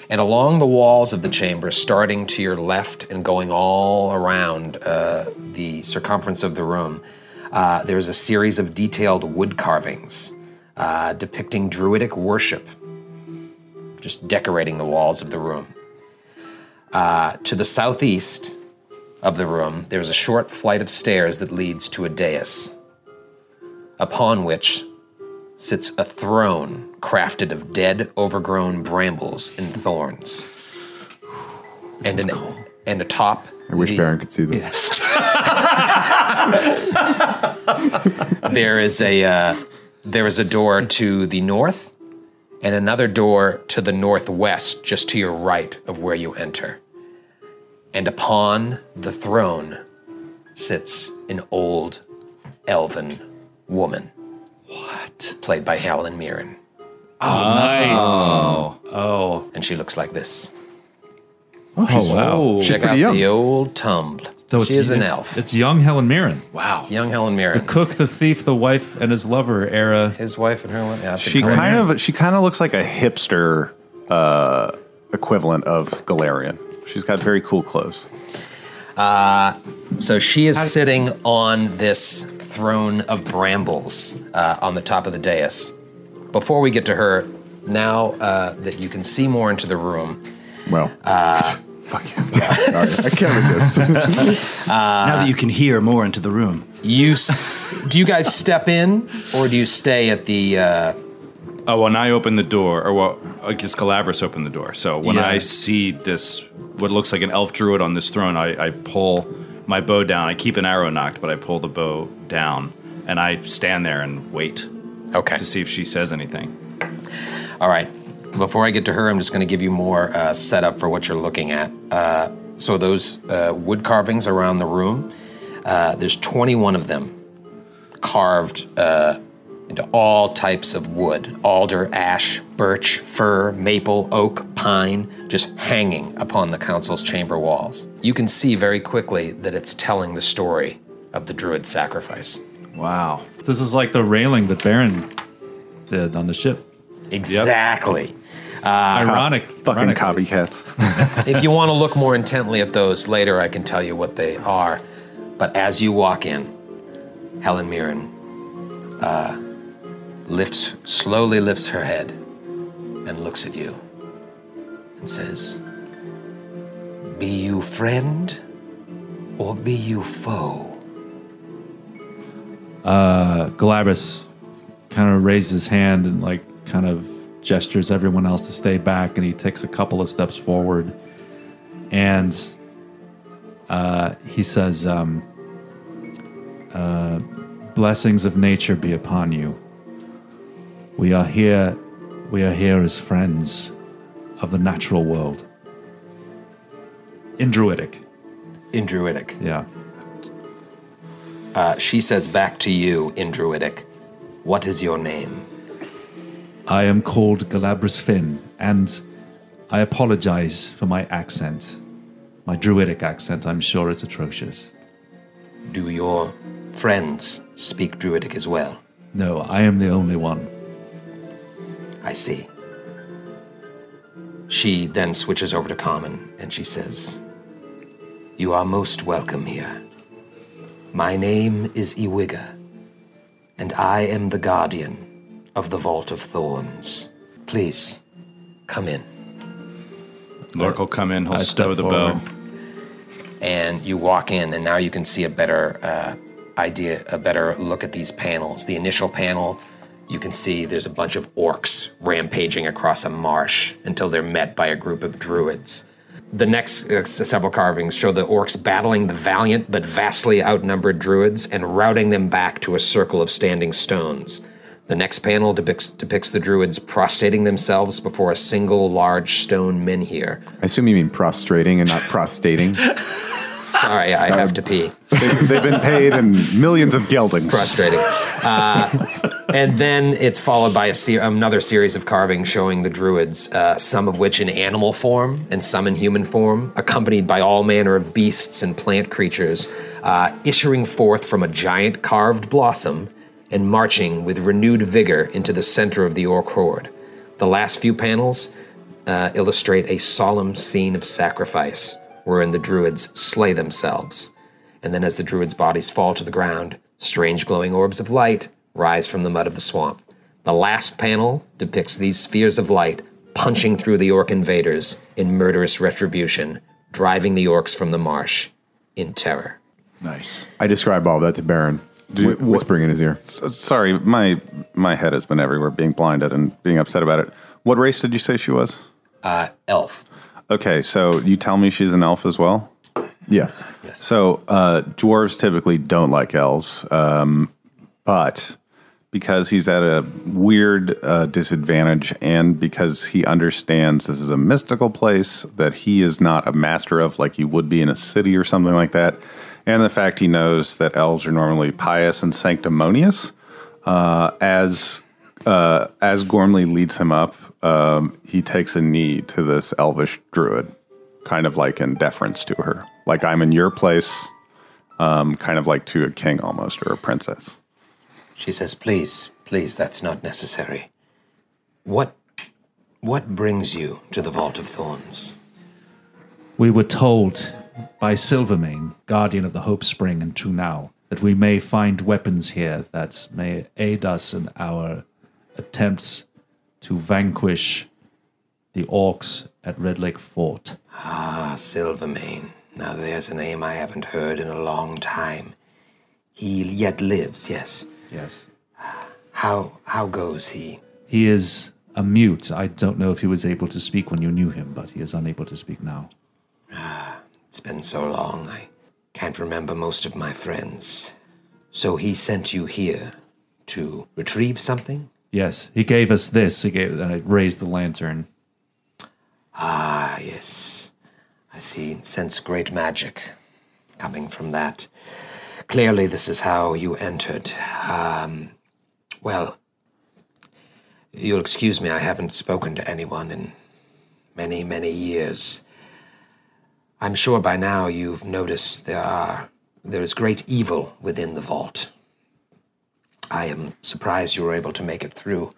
Speaker 3: And along the walls of the chamber, starting to your left and going all around uh, the circumference of the room, uh, there's a series of detailed wood carvings uh, depicting druidic worship, just decorating the walls of the room. Uh, to the southeast, of the room, there is a short flight of stairs that leads to a dais, upon which sits a throne crafted of dead, overgrown brambles and thorns. and, an, and atop.
Speaker 10: I wish
Speaker 3: the-
Speaker 10: Baron could see this.
Speaker 3: there is a uh, there is a door to the north and another door to the northwest just to your right of where you enter and upon the throne sits an old elven woman what played by helen mirren
Speaker 6: Oh, Nice.
Speaker 3: and she looks like this
Speaker 6: Oh, wow.
Speaker 3: check out
Speaker 10: pretty young.
Speaker 3: the old tumble
Speaker 6: So
Speaker 3: she is an
Speaker 6: it's-
Speaker 3: elf
Speaker 6: It's young Helen Mirren.
Speaker 3: wow young helen mirren
Speaker 6: Cook, the thief, the wife, and his lover era.
Speaker 3: his wife and her one yeah, that's a
Speaker 2: She
Speaker 3: great-
Speaker 2: kind of she kind of looks like a hipster uh, equivalent of Galarian. She's got very cool clothes.
Speaker 3: So she is sitting on this throne of brambles uh, on the top of the dais. Before we get to her, now uh, that you can see more into the room,
Speaker 10: Well.
Speaker 2: Uh,
Speaker 10: Fuck yeah. (laughs) Sorry. I can't
Speaker 2: (laughs)
Speaker 10: resist.
Speaker 8: now that you can hear more into the room,
Speaker 3: (laughs) you s- do you guys step in or do you stay at the uh,
Speaker 8: Oh, when I open the door, or well, I guess Calabras opened the door. So when
Speaker 11: Yeah.
Speaker 8: I see this, what looks like an elf druid on this throne, I, I pull my bow down. I keep an arrow knocked, but I pull the bow down and I stand there and wait.
Speaker 3: Okay.
Speaker 8: To see if she says anything.
Speaker 3: All right. Before I get to her, I'm just going to give you more uh, setup for what you're looking at. Uh, so those uh, wood carvings around the room, uh, there's 21 of them, carved uh, into all types of wood: alder, ash, birch, fir, maple, oak, pine, just hanging upon the council's chamber walls. You can see very quickly that it's telling the story of the druid sacrifice.
Speaker 6: Wow. This is like the railing that Baron did on the ship.
Speaker 3: Exactly. Uh,
Speaker 6: Ironic.
Speaker 2: Fucking
Speaker 6: ironically.
Speaker 2: copycats.
Speaker 3: if you want to look more intently at those later, I can tell you what they are. But as you walk in, Helen Mirren uh, lifts, slowly lifts her head and looks at you and says, Be you friend or be you foe?
Speaker 6: uh, Galabras kind of raises his hand and like kind of gestures everyone else to stay back, and he takes a couple of steps forward, and uh, he says, um, uh, "Blessings of nature be upon you. We are here. We are here as friends of the natural world." In Druidic.
Speaker 3: In Druidic.
Speaker 6: Yeah.
Speaker 3: Uh, she says back to you in Druidic, What is your name?
Speaker 6: I am called Galabras Finn, and I apologize for my accent. My druidic accent, I'm sure it's atrocious.
Speaker 3: Do your friends speak Druidic as well?
Speaker 6: No, I am the only one.
Speaker 3: I see. She then switches over to common and she says, You are most welcome here. My name is Iwiga, and I am the guardian of the Vault of Thorns. Please, come in.
Speaker 8: Lork will come in, he'll
Speaker 3: I step
Speaker 8: stow the (laughs) bow.
Speaker 3: and you walk in, and now you can see a better uh, idea, a better look at these panels. The initial panel, you can see there's a bunch of orcs rampaging across a marsh until they're met by a group of druids. The next uh, s- several carvings show the orcs battling the valiant but vastly outnumbered druids and routing them back to a circle of standing stones. The next panel depicts, depicts the druids prostrating themselves before a single large stone menhir.
Speaker 10: I assume you mean prostrating and not prostating.
Speaker 3: Sorry, I have to pee.
Speaker 10: They've, they've been paid and
Speaker 2: Millions of geldings.
Speaker 3: Frustrating. Uh, and then it's followed by a se- another series of carvings showing the druids, uh, some of which in animal form and some in human form, accompanied by all manner of beasts and plant creatures, uh, issuing forth from a giant carved blossom and marching with renewed vigor into the center of the orc horde. The last few panels uh, illustrate a solemn scene of sacrifice wherein the druids slay themselves. And then, as the druid's bodies fall to the ground, strange glowing orbs of light rise from the mud of the swamp. The last panel depicts these spheres of light punching through the orc invaders in murderous retribution, driving the orcs from the marsh in terror.
Speaker 10: Nice. I describe all that to Baron, whi- whispering in his ear.
Speaker 2: S- Sorry, my my head has been everywhere, being blinded and being upset about it. What race did you say she was?
Speaker 3: Uh, elf.
Speaker 2: Okay, so you tell me she's an elf as well.
Speaker 10: Yes.
Speaker 3: Yes.
Speaker 2: So uh, dwarves typically don't like elves, um, but because he's at a weird uh, disadvantage, and because he understands this is a mystical place that he is not a master of, like he would be in a city or something like that, and the fact he knows that elves are normally pious and sanctimonious, uh, as uh, as Gormley leads him up, um, he takes a knee to this elvish druid, kind of like in deference to her, like I'm in your place, um, kind of like to a king almost or a princess.
Speaker 3: She says, Please, please, that's not necessary. What, what brings you to the Vault of Thorns?
Speaker 6: We were told by Silvermane, guardian of the Hope Spring and True Now, that we may find weapons here that may aid us in our attempts to vanquish the orcs at Red Lake Fort.
Speaker 3: Ah, Silvermane. Now there's a name I haven't heard in a long time. He yet lives, yes.
Speaker 6: Yes.
Speaker 3: How how goes he?
Speaker 6: He is a mute. I don't know if he was able to speak when you knew him, but he is unable to speak now.
Speaker 3: It's been so long, I can't remember most of my friends. So he sent you here to retrieve something?
Speaker 6: Yes, he gave us this. He gave, and I raised the lantern.
Speaker 3: Ah, yes. I see. Sense great magic coming from that. Clearly, this is how you entered. Um, well, you'll excuse me, I haven't spoken to anyone in many, many years. I'm sure by now you've noticed there are there is great evil within the vault. I am surprised you were able to make it through.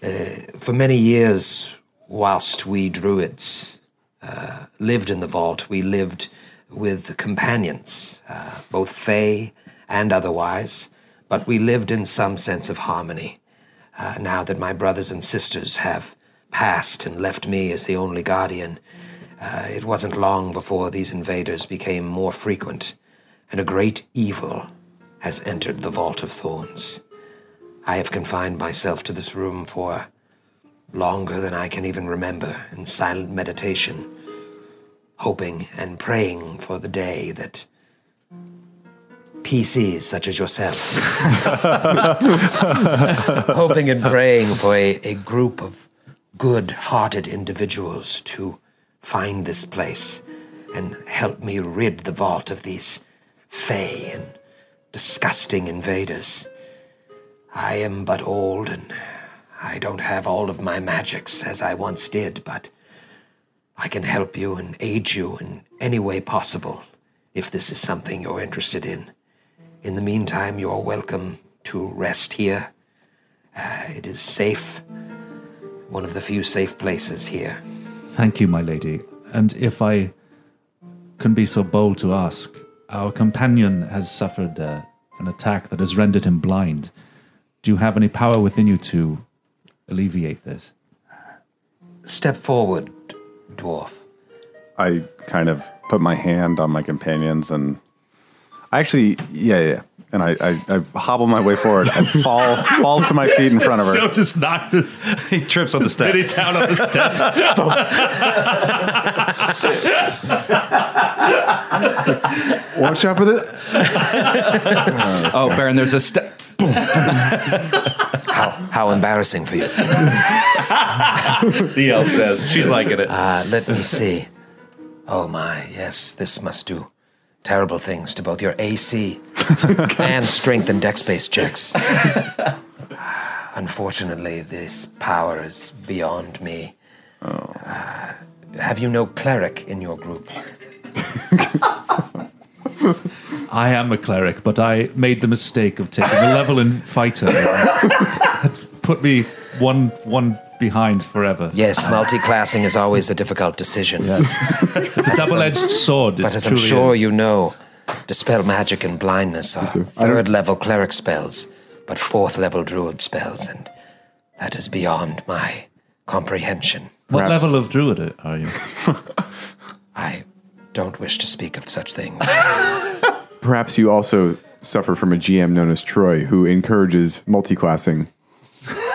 Speaker 3: Uh, for many years, whilst we druids uh, lived in the vault, we lived with companions, uh, both fey and otherwise, but we lived in some sense of harmony. Uh, now that my brothers and sisters have passed and left me as the only guardian, uh, it wasn't long before these invaders became more frequent, and a great evil has entered the Vault of Thorns. I have confined myself to this room for longer than I can even remember in silent meditation, hoping and praying for the day that PCs such as yourself, hoping and praying for a, a group of good hearted individuals to find this place and help me rid the vault of these fey and disgusting invaders. I am but old and I don't have all of my magics as I once did, but I can help you and aid you in any way possible if this is something you're interested in. In the meantime, you're welcome to rest here. Uh, it is safe, one of the few safe places here.
Speaker 6: Thank you, my lady. And if I can be so bold to ask, our companion has suffered uh, an attack that has rendered him blind. Do you have any power within you to alleviate this?
Speaker 3: Step forward, dwarf.
Speaker 2: I kind of put my hand on my companions and I actually, yeah, yeah. And I, I, I hobble my way forward. I fall, fall to my feet in front of her.
Speaker 6: Joe just knocked this.
Speaker 2: he
Speaker 6: (laughs)
Speaker 2: trips on the step.
Speaker 6: Did he down on the steps?
Speaker 10: Watch out for this.
Speaker 8: (laughs) Oh, Baron, there's a step.
Speaker 3: How, how embarrassing for you.
Speaker 8: The elf says she's liking it.
Speaker 3: Uh, let me see. Oh my, yes, this must do terrible things to both your AC and strength and dex based checks. Unfortunately, this power is beyond me. Uh, have you no cleric in your group?
Speaker 6: I am a cleric, but I made the mistake of taking a level in fighter. (laughs) Put me one one behind forever.
Speaker 3: Yes, multi-classing is always a difficult decision.
Speaker 6: It's a double-edged sword.
Speaker 3: But
Speaker 6: it
Speaker 3: as I'm
Speaker 6: truly
Speaker 3: sure
Speaker 6: is.
Speaker 3: you know, dispel magic and blindness are third level cleric spells, but fourth level druid spells, and that is beyond my comprehension.
Speaker 6: What
Speaker 2: Perhaps.
Speaker 6: level of druid are (laughs) you?
Speaker 3: I don't wish to speak of such
Speaker 6: (laughs)
Speaker 3: things.
Speaker 10: Perhaps you also suffer from a GM known as Troy who encourages multiclassing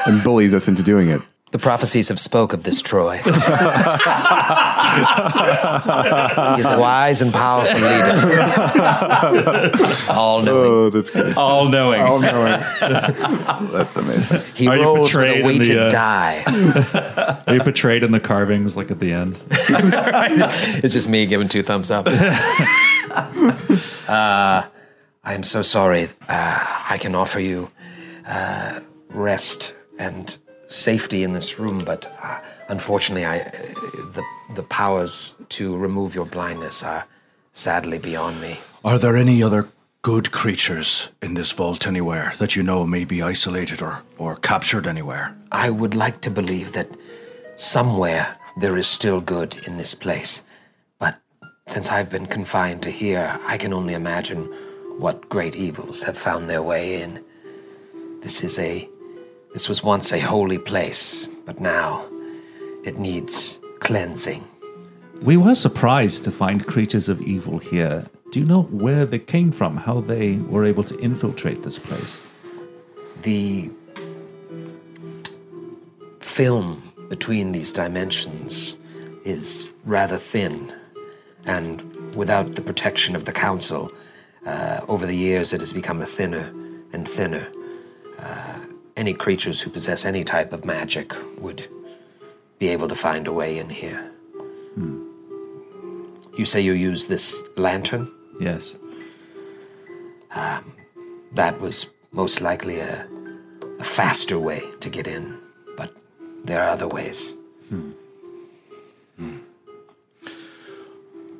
Speaker 10: and bullies us into doing it.
Speaker 3: the prophecies have spoke of this
Speaker 6: (laughs)
Speaker 3: Troy. he is a wise and powerful leader.
Speaker 6: (laughs)
Speaker 3: All knowing.
Speaker 2: Oh, that's good.
Speaker 12: All knowing.
Speaker 10: Oh no!
Speaker 2: That's amazing.
Speaker 3: He
Speaker 6: Are you
Speaker 3: rolls with a
Speaker 6: betrayed in the,
Speaker 3: weighted
Speaker 6: uh,
Speaker 3: die.
Speaker 6: Are you portrayed in the carvings, like at the end?
Speaker 3: (laughs) It's just me giving two thumbs up. Uh, I'm so sorry. Uh, I can offer you uh, rest and safety in this room, but uh, unfortunately, I, the, the powers to remove your blindness are sadly beyond me.
Speaker 9: Are there any other good creatures in this vault anywhere that you know may be isolated or, or captured anywhere?
Speaker 3: I would like to believe that somewhere there is still good in this place. But since I've been confined to here, I can only imagine what great evils have found their way in. This is a this was once a holy place, but now it needs cleansing.
Speaker 6: We were surprised to find creatures of evil here. Do you know where they came from? How they were able to infiltrate this place?
Speaker 3: The film between these dimensions is rather thin, and without the protection of the Council, uh, over the years it has become thinner and thinner. Uh, any creatures who possess any type of magic would be able to find a way in here. You say you use this lantern?
Speaker 6: Yes.
Speaker 3: Um, that was most likely a, a faster way to get in, but there are other ways.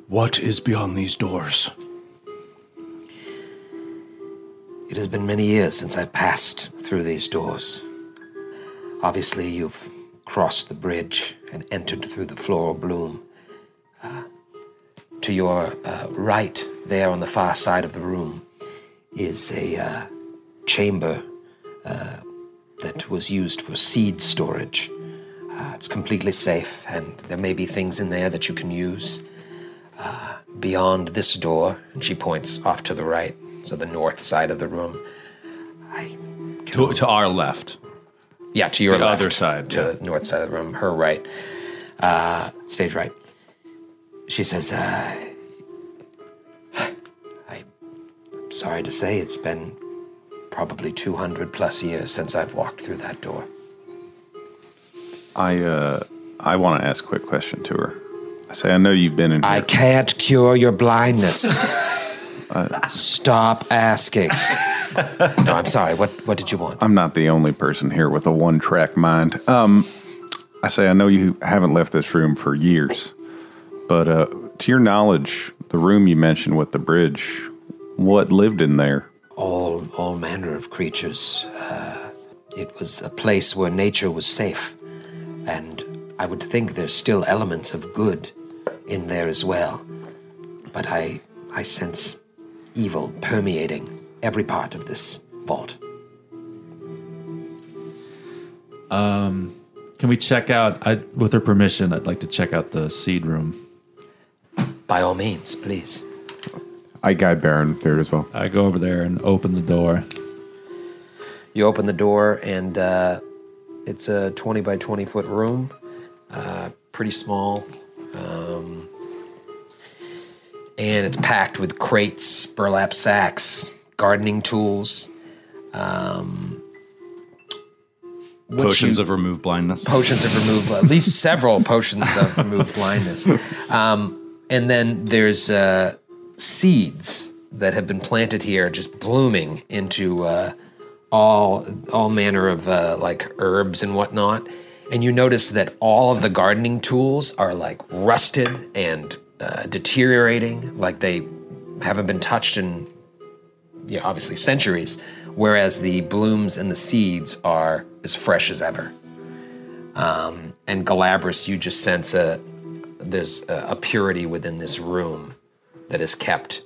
Speaker 9: What is beyond these doors?
Speaker 3: It has been many years since I've passed through these doors. Obviously, you've crossed the bridge and entered through the floral bloom. Uh, to your uh, right, there on the far side of the room, is a uh, chamber uh, that was used for seed storage. Uh, it's completely safe, and there may be things in there that you can use. Uh, beyond this door, and she points off to the right, so the north side of the room.
Speaker 8: To, to our left.
Speaker 3: Yeah, to your
Speaker 8: The
Speaker 3: left,
Speaker 8: other side,
Speaker 3: to the north side of the room, her right, uh, stage right. She says, uh, (sighs) I, "I'm sorry to say, it's been probably 200 plus years since I've walked through that door."
Speaker 2: I uh, I want to ask a quick question to her. I say, I know you've been in. Here.
Speaker 3: I can't cure your
Speaker 8: (laughs)
Speaker 3: blindness. Stop asking. no, I'm sorry. What what did you want?
Speaker 2: I'm not the only person here with a one track mind. Um, I say, I know you haven't left this room for years, but uh, to your knowledge, the room you mentioned with the bridge, what lived in there?
Speaker 3: all all manner of creatures. Uh, it was a place where nature was safe, and I would think there's still elements of good in there as well. But I I sense evil permeating every part of this vault.
Speaker 6: Um, can we check out? I, with her permission, I'd like to check out the seed room.
Speaker 3: By all means, please.
Speaker 10: I guide Baron there as well.
Speaker 6: I go over there and open the door.
Speaker 3: You open the door, and uh, it's a 20 by 20 foot room, uh, pretty small. Um, and it's packed with crates, burlap sacks, gardening tools, um, which
Speaker 8: Potions
Speaker 3: you- Oh.
Speaker 8: of remove
Speaker 3: (laughs)
Speaker 8: blindness.
Speaker 3: potions of remove, at least several potions of remove blindness. Um, and then there's uh, seeds that have been planted here, just blooming into uh, all all manner of uh, like herbs and whatnot. And you notice that all of the gardening tools are like rusted and uh, deteriorating, like they haven't been touched in you know, obviously centuries. Whereas the blooms and the seeds are as fresh as ever. Um, and Galabras, you just sense a there's a, a purity within this room that has kept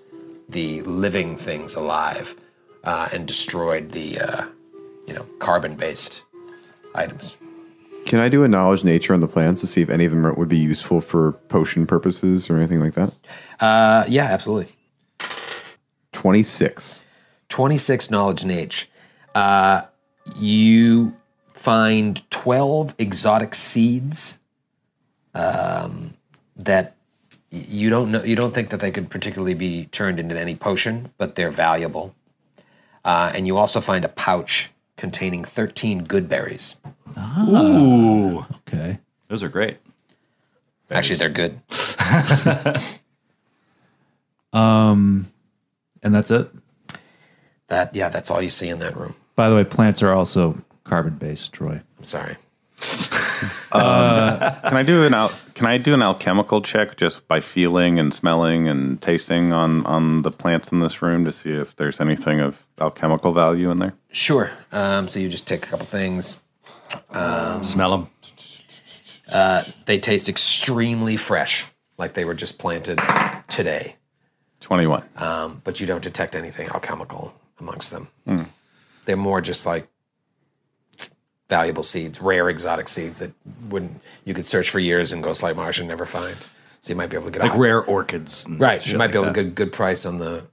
Speaker 3: the living things alive uh, and destroyed the uh, you know carbon-based items.
Speaker 10: Can I do a knowledge nature on the plants to see if any of them are- would be useful for potion purposes or anything like that?
Speaker 3: Uh, yeah, absolutely.
Speaker 10: 26.
Speaker 3: 26 knowledge and age. Uh, you find 12 exotic seeds um, that y- you don't know you don't think that they could particularly be turned into any potion but they're valuable uh, and you also find a pouch containing 13 good berries
Speaker 8: Ooh.
Speaker 6: Okay.
Speaker 8: Those are great.
Speaker 3: actually they're good
Speaker 6: Um, and that's it.
Speaker 3: that yeah that's all you see in that room
Speaker 6: By the way, plants are also carbon based, Troy.
Speaker 3: i'm sorry
Speaker 2: Um, can I do an al- can I do an alchemical check just by feeling and smelling and tasting on on the plants in this room to see if there's anything of alchemical value in there?
Speaker 3: Sure. Um, so you just take a couple things. Um,
Speaker 8: Smell them.
Speaker 3: Uh, they taste extremely fresh, like they were just planted today.
Speaker 2: Twenty one.
Speaker 3: Um, but you don't detect anything alchemical amongst them. They're more just like valuable seeds, rare exotic seeds that wouldn't you could search for years in Ghostlight Marsh and never find. So you might be able to get a
Speaker 8: Like
Speaker 3: high-
Speaker 8: rare orchids. And
Speaker 3: right. You
Speaker 8: shit
Speaker 3: might
Speaker 8: like
Speaker 3: be able
Speaker 8: that.
Speaker 3: to get a good price on the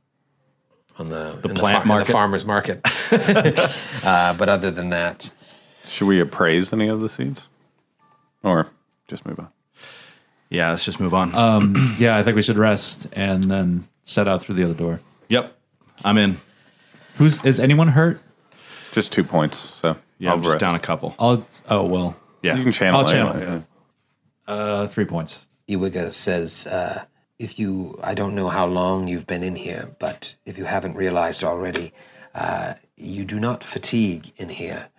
Speaker 3: on the in
Speaker 8: plant
Speaker 3: far- in
Speaker 8: market?
Speaker 3: farmers
Speaker 8: (laughs)
Speaker 3: market. (laughs) uh, but other than that,
Speaker 2: Should we appraise any of the seeds? Or just move on.
Speaker 8: Yeah, let's just move on.
Speaker 6: Um, yeah, I think we should rest and then set out through the other door.
Speaker 8: Yep, I'm in.
Speaker 6: Who's is anyone hurt?
Speaker 2: Just two points. So
Speaker 8: Yeah, I'm just down a couple.
Speaker 6: I'll, oh well,
Speaker 8: Yeah,
Speaker 2: You can channel.
Speaker 6: I'll
Speaker 2: it
Speaker 6: channel.
Speaker 2: anyway, yeah.
Speaker 6: Uh, three points.
Speaker 3: Iwiga says, uh, if you, I don't know how long you've been in here, but if you haven't realized already, uh, you do not fatigue in here,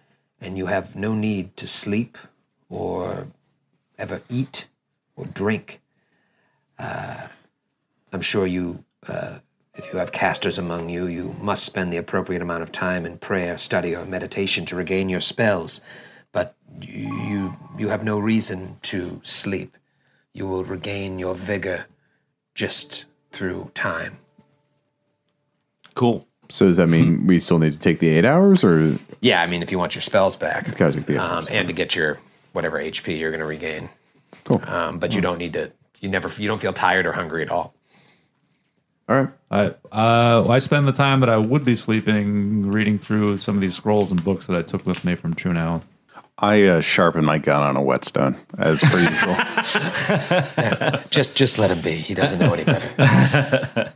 Speaker 3: and you have no need to sleep or ever eat or drink. Uh, I'm sure you, uh, if you have casters among you, you must spend the appropriate amount of time in prayer, study, or meditation to regain your spells, but you, you, you have no reason to sleep you will regain your vigor just through time.
Speaker 8: Cool.
Speaker 10: So does that mean we still need to take the eight hours, or
Speaker 3: Yeah, I mean, if you want your spells back
Speaker 10: gotta take the eight
Speaker 3: um,
Speaker 10: hours?
Speaker 3: and to get your whatever HP you're going to regain,
Speaker 10: Cool.
Speaker 3: um, but you don't need to. You never. You don't feel tired or hungry at all.
Speaker 10: All right.
Speaker 6: I uh, I spend the time that I would be sleeping reading through some of these scrolls and books that I took with me from True Now.
Speaker 2: I uh, sharpen my gun on a whetstone as per
Speaker 10: (laughs)
Speaker 2: usual.
Speaker 3: Just, just let him be. He doesn't know any (laughs) better.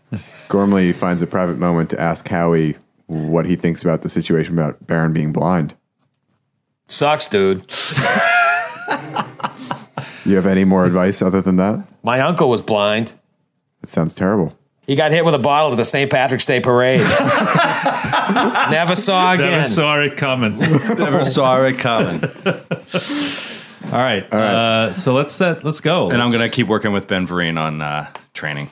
Speaker 10: Gormley finds a private moment to ask Howie what he thinks about the situation about Baron being blind.
Speaker 13: Sucks, dude.
Speaker 10: You have any more advice other than that?
Speaker 3: My uncle was blind.
Speaker 10: That sounds terrible.
Speaker 3: He got hit with a bottle at the St. Patrick's Day parade. Never saw again.
Speaker 6: Never saw it coming. (laughs) All
Speaker 13: Never saw it coming.
Speaker 6: right. Uh, so let's set. Let's go.
Speaker 8: And I'm
Speaker 6: Let's-
Speaker 8: gonna keep working with Ben Vereen on uh, training.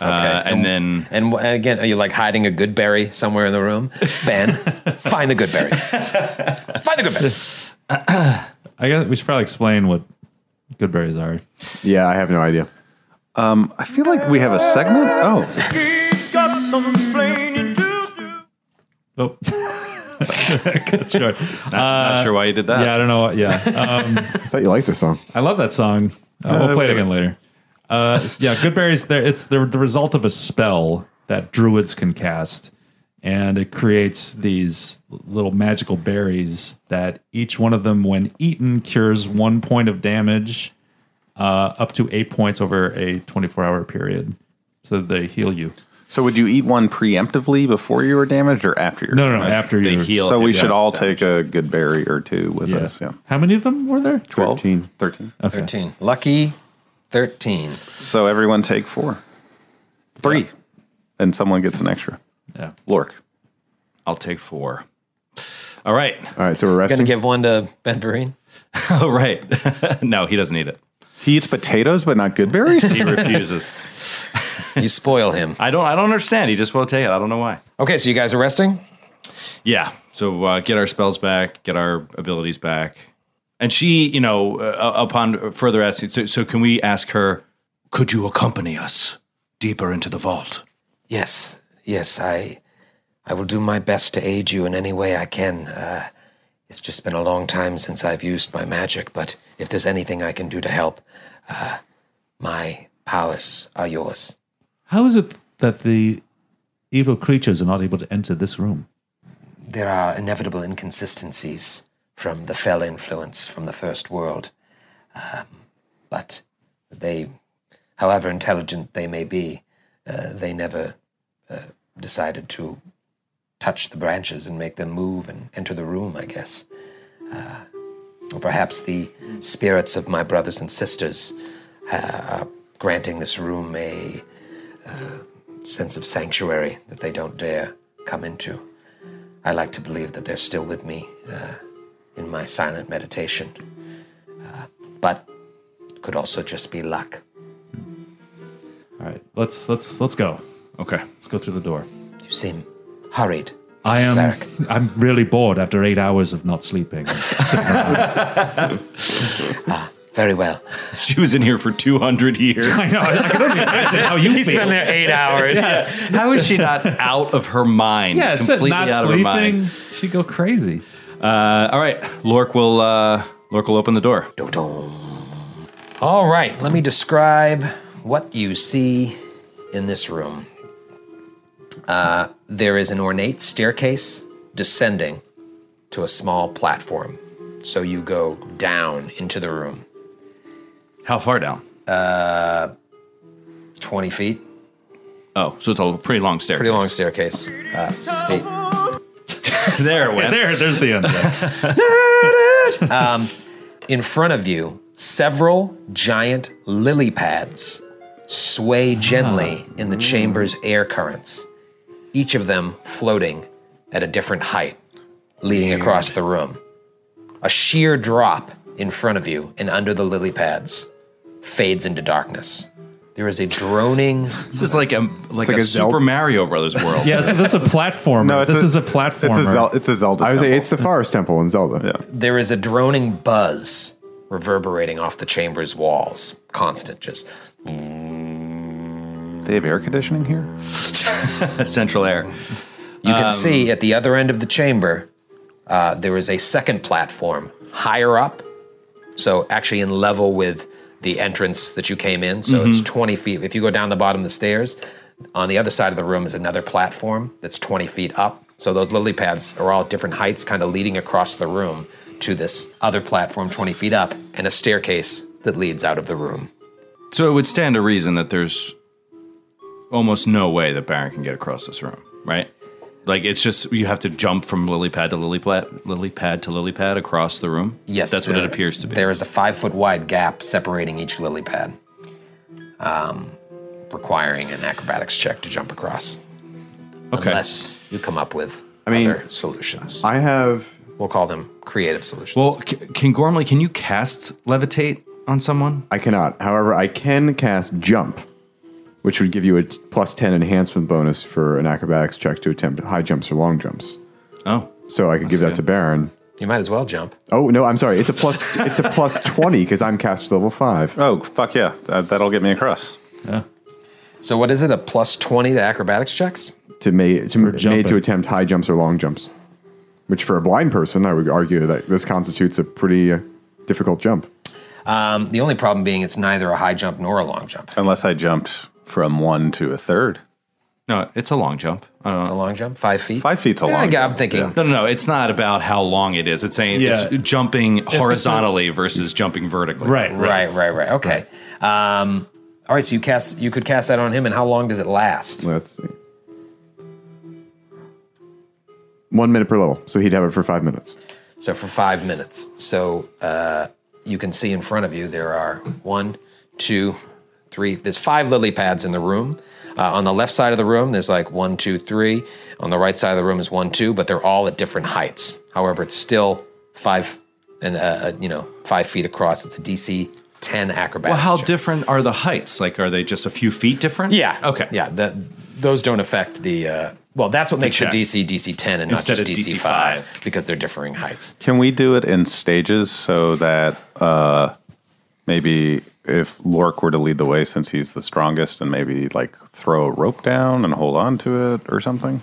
Speaker 8: Okay, uh, and then
Speaker 3: And, wh- and again, are you like hiding a good berry somewhere in the room? Ben, find the good berry. Find the good berry.
Speaker 6: I guess we should probably explain what good berries are.
Speaker 10: Yeah, I have no idea.
Speaker 2: I feel like we have a segment. Oh,
Speaker 6: Oh, (laughs) sure.
Speaker 8: not sure why you did that.
Speaker 6: Yeah, I don't know. What, (laughs) yeah,
Speaker 10: I thought you liked this song.
Speaker 6: I love that song. Uh, we'll play it again later. Uh, s- yeah, good berries. There, it's the, the result of a spell that druids can cast, and it creates these little magical berries that each one of them, when eaten, cures one point of damage, uh, up to eight points over a twenty-four hour period. So they heal you.
Speaker 2: so would you eat one preemptively before you were damaged or after? You're
Speaker 6: No, no, no
Speaker 2: damaged?
Speaker 6: after
Speaker 8: They
Speaker 6: you
Speaker 8: heal.
Speaker 2: So we
Speaker 8: Yeah.
Speaker 2: should all take a good berry or two with
Speaker 6: Yeah.
Speaker 2: us. Yeah,
Speaker 6: How many of them were there?
Speaker 2: 12,
Speaker 10: 13.
Speaker 2: 13.
Speaker 3: 13. Lucky 13.
Speaker 2: So everyone take four, three, and someone gets an extra.
Speaker 6: Yeah.
Speaker 2: Lork.
Speaker 8: I'll take four. All right. (laughs)
Speaker 10: All right, so we're
Speaker 3: Gonna
Speaker 10: resting.
Speaker 3: give one to Ben Vereen.
Speaker 8: All right. (laughs) no, he doesn't need it.
Speaker 2: He eats potatoes, but not
Speaker 6: (laughs)
Speaker 2: good berries.
Speaker 8: He refuses.
Speaker 3: You spoil him.
Speaker 8: I don't. I don't understand. He just won't take it. I don't know why.
Speaker 3: Okay, so you guys are resting?
Speaker 8: Yeah. So uh, get our spells back, get our abilities back. And she, you know, uh, upon further asking, so, so can we ask her? (laughs)
Speaker 9: Could you accompany us deeper into the vault?
Speaker 3: Yes. Yes, I I will do my best to aid you in any way I can. Uh, it's just been a long time since I've used my magic, but if there's anything I can do to help, uh, my powers are yours.
Speaker 6: How is it that the evil creatures are not able to enter this room?
Speaker 3: there are inevitable inconsistencies from the fell influence from the first world. Um, but they, however intelligent they may be, uh, they never uh, decided to touch the branches and make them move and enter the room, I guess. Uh, or perhaps the spirits of my brothers and sisters uh, are granting this room a uh, sense of sanctuary that they don't dare come into. I like to believe that they're still with me uh, in my silent meditation. Uh, but could also just be luck.
Speaker 6: All right, let's let's let's go.
Speaker 8: Okay.
Speaker 6: Let's go through the door.
Speaker 3: You seem hurried.
Speaker 6: I am
Speaker 3: Cleric.
Speaker 6: I'm really bored after eight hours of not sleeping.
Speaker 3: Very well.
Speaker 8: She was in here for 200 years.
Speaker 6: I know. I can only (laughs) imagine how you feel.
Speaker 3: there eight hours.
Speaker 8: (laughs) How is she not out of her mind?
Speaker 6: yeah, it's
Speaker 8: completely
Speaker 6: not
Speaker 8: out of her
Speaker 6: sleeping.
Speaker 8: mind.
Speaker 6: She'd go crazy.
Speaker 8: Uh, all right. Lork will, uh, Lork will open the door.
Speaker 3: All right, let me describe what you see in this room. Uh, there is an ornate staircase descending to a small platform So you go down into the room.
Speaker 8: How far down?
Speaker 3: Uh, 20 feet.
Speaker 8: Oh, so it's a pretty long staircase.
Speaker 3: Pretty long staircase. Uh, steep.
Speaker 8: (laughs) there it went.
Speaker 6: There, there's the end.
Speaker 3: um, in front of you, several giant lily pads sway gently in the chamber's air currents, each of them floating at a different height, leading across the room. A sheer drop in front of you and under the lily pads fades into darkness. There is a droning.
Speaker 8: This is like a
Speaker 10: like
Speaker 8: like, a,
Speaker 10: a Zelda-
Speaker 8: Super Mario Brothers world.
Speaker 6: (laughs) (laughs) Yeah, so that's a platformer.
Speaker 2: No, it's
Speaker 6: this
Speaker 2: a-
Speaker 6: is a
Speaker 2: It's
Speaker 6: platformer.
Speaker 2: a, Zel- it's a Zelda.
Speaker 10: I would say
Speaker 2: temple.
Speaker 10: it's the forest temple in Zelda. Yeah.
Speaker 3: There is a droning buzz reverberating off the chamber's walls, constant, just
Speaker 2: they have air conditioning here.
Speaker 8: Central Air.
Speaker 3: You can see at the other end of the chamber, uh, there is a second platform higher up. So, actually, in level with the entrance that you came in. So, it's 20 feet. If you go down the bottom of the stairs, on the other side of the room is another platform that's 20 feet up. So, those lily pads are all at different heights, kind of leading across the room to this other platform 20 feet up and a staircase that leads out of the room.
Speaker 8: So it would stand to reason that there's almost no way that Baron can get across this room, right? Like it's just you have to jump from lily pad to lily pad, lily pad to lily pad across the room.
Speaker 3: Yes,
Speaker 8: that's what it
Speaker 3: there-
Speaker 8: appears to be.
Speaker 3: There is a five foot wide gap separating each lily pad, um, requiring an acrobatics check to jump across.
Speaker 8: Okay.
Speaker 3: Unless you come up with
Speaker 10: mean,
Speaker 3: other solutions.
Speaker 10: I have
Speaker 3: we'll call them creative solutions.
Speaker 8: Well, c- can Gormley? Can you cast levitate on someone?
Speaker 10: I cannot. However, I can cast jump, which would give you a t- plus 10 enhancement bonus for an acrobatics check to attempt high jumps or long jumps.
Speaker 8: Oh,
Speaker 10: So I could give that to Baron.
Speaker 3: you might as well jump.
Speaker 10: Oh no, I'm sorry. It's a plus it's a plus 20 cuz I'm caster level 5.
Speaker 2: Oh fuck yeah, that, that'll get me across.
Speaker 3: So, what is it? A plus 20 to acrobatics checks?
Speaker 10: To made to made
Speaker 6: jumping.
Speaker 10: to attempt high jumps or long jumps. Which for a blind person, I would argue that this constitutes a pretty uh, difficult jump.
Speaker 3: Um, the only problem being it's neither a high jump nor a long jump.
Speaker 2: Unless I jumped from one to a third.
Speaker 8: no, it's a long jump. I don't
Speaker 3: A
Speaker 8: know.
Speaker 3: long jump, five feet.
Speaker 2: Five feet's a
Speaker 3: Yeah, I
Speaker 2: long
Speaker 3: got- I'm
Speaker 2: jump,
Speaker 3: thinking
Speaker 8: No, no, no. It's not about how long it is. It's saying
Speaker 6: Yeah.
Speaker 8: it's jumping horizontally versus jumping vertically.
Speaker 6: Right,
Speaker 3: (laughs)
Speaker 6: right.
Speaker 3: Right, right, right. Okay. Um, all right. So you cast, you could cast that on him, and how long does it last?
Speaker 10: Let's see. 1 minute per level. So he'd have it for 5 minutes.
Speaker 3: So for five minutes. So uh, you can see in front of you there are one, two, three. There's five lily pads in the room. Uh, on the left side of the room, there's like one, two, three. On the right side of the room is one, two, but they're all at different heights. However, it's still five and uh, uh, you know five feet across. It's a DC ten acrobatics.
Speaker 8: Well, how
Speaker 3: check.
Speaker 8: different are the heights? Like, are they just a few feet different?
Speaker 3: Yeah.
Speaker 8: Okay.
Speaker 3: Yeah. The, those don't affect the. Uh, well, that's what makes the
Speaker 8: check.
Speaker 3: DC DC 10 and
Speaker 8: Instead
Speaker 3: not
Speaker 8: of
Speaker 3: just DC
Speaker 8: DC
Speaker 3: 5 because they're differing heights.
Speaker 2: Can we do it in stages so that uh, maybe if Lork were to lead the way since he's the strongest and maybe like throw a rope down and hold on to it or something?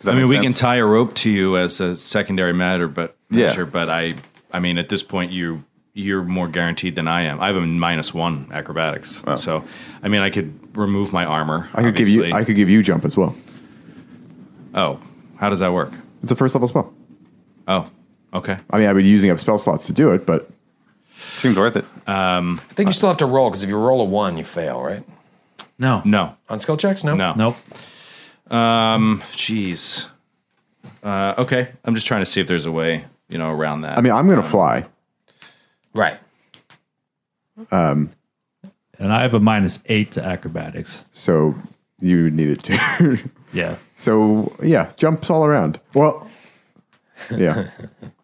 Speaker 2: Does that
Speaker 8: I mean,
Speaker 2: make
Speaker 8: we can
Speaker 2: sense?
Speaker 8: tie a rope to you as a secondary matter, but
Speaker 2: Yeah.
Speaker 8: measure, But I, I mean, at this point, you you're more guaranteed than I am. I have a minus one acrobatics, so I mean, I could remove my armor.
Speaker 10: I could give you I could give you jump as well.
Speaker 8: oh, how does that work?
Speaker 10: It's a first level spell.
Speaker 8: Oh, okay.
Speaker 10: I mean, I'd be using up spell slots to do it, but
Speaker 2: Seems worth it.
Speaker 8: Uh,
Speaker 3: I think you still have to roll because if you roll a 1, you fail, right?
Speaker 6: No,
Speaker 8: No,
Speaker 3: On skill checks? No.
Speaker 8: no,
Speaker 6: nope.
Speaker 8: Jeez. Uh, okay, I'm just trying to see if there's a way, you know, around that.
Speaker 10: I mean, I'm going to fly.
Speaker 3: Right.
Speaker 6: And I have a minus eight to acrobatics.
Speaker 10: So you need it to.
Speaker 6: Yeah,
Speaker 10: (laughs) so yeah, jumps all around. Well, yeah.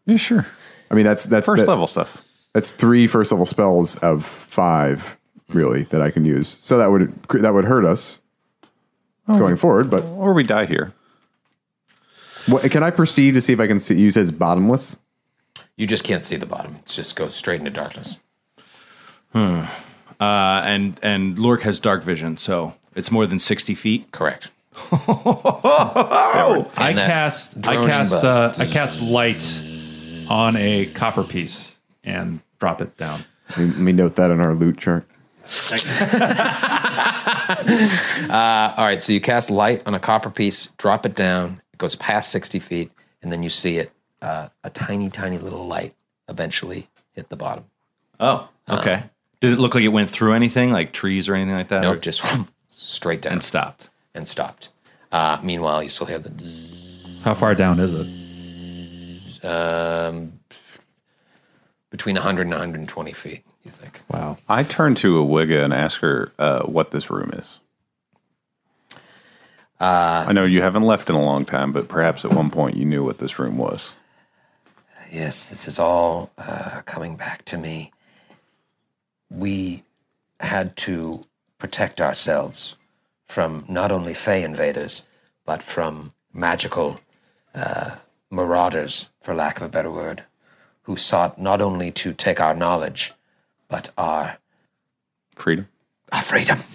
Speaker 2: Yeah, sure.
Speaker 10: I mean, that's that's
Speaker 2: First
Speaker 10: that-
Speaker 2: level stuff.
Speaker 10: That's three first level spells of five, really, that I can use. So that would that would hurt us
Speaker 6: Oh.
Speaker 10: going forward. But
Speaker 2: Or we die here.
Speaker 10: what, can I perceive to see if I can see? You said it's bottomless.
Speaker 3: You just can't see the bottom. It just goes straight into darkness.
Speaker 8: uh, and and Lork has dark vision, so it's more than sixty feet.
Speaker 3: Correct.
Speaker 6: I
Speaker 3: that
Speaker 6: cast I
Speaker 3: droning
Speaker 6: cast
Speaker 3: buzz.
Speaker 6: uh, I cast light on a copper piece and drop it down.
Speaker 10: Let me, let me note that in our loot chart.
Speaker 3: All right. So you cast light on a copper piece, drop it down, it goes past 60 feet, and then you see it uh, a tiny, tiny little light eventually hit the bottom.
Speaker 8: Oh, okay. Did it look like it went through anything, like trees or anything like that?
Speaker 3: No,
Speaker 8: or-
Speaker 3: just (laughs) straight down
Speaker 8: and stopped.
Speaker 3: and stopped. Uh, meanwhile, you still hear the
Speaker 6: How far down is it?
Speaker 3: um, between 100 and 120 feet. You think?
Speaker 6: Wow.
Speaker 2: I turn to a Wigga and ask her uh, what this room is.
Speaker 8: Uh,
Speaker 2: I know you haven't left in a long time, but perhaps at one point you knew what this room was.
Speaker 5: Yes, this is all uh, coming back to me.
Speaker 3: We had to protect ourselves from not only Fey invaders, but from magical uh, marauders, for lack of a better word, who sought not only to take our knowledge, but our
Speaker 2: Freedom.
Speaker 3: our freedom. (laughs)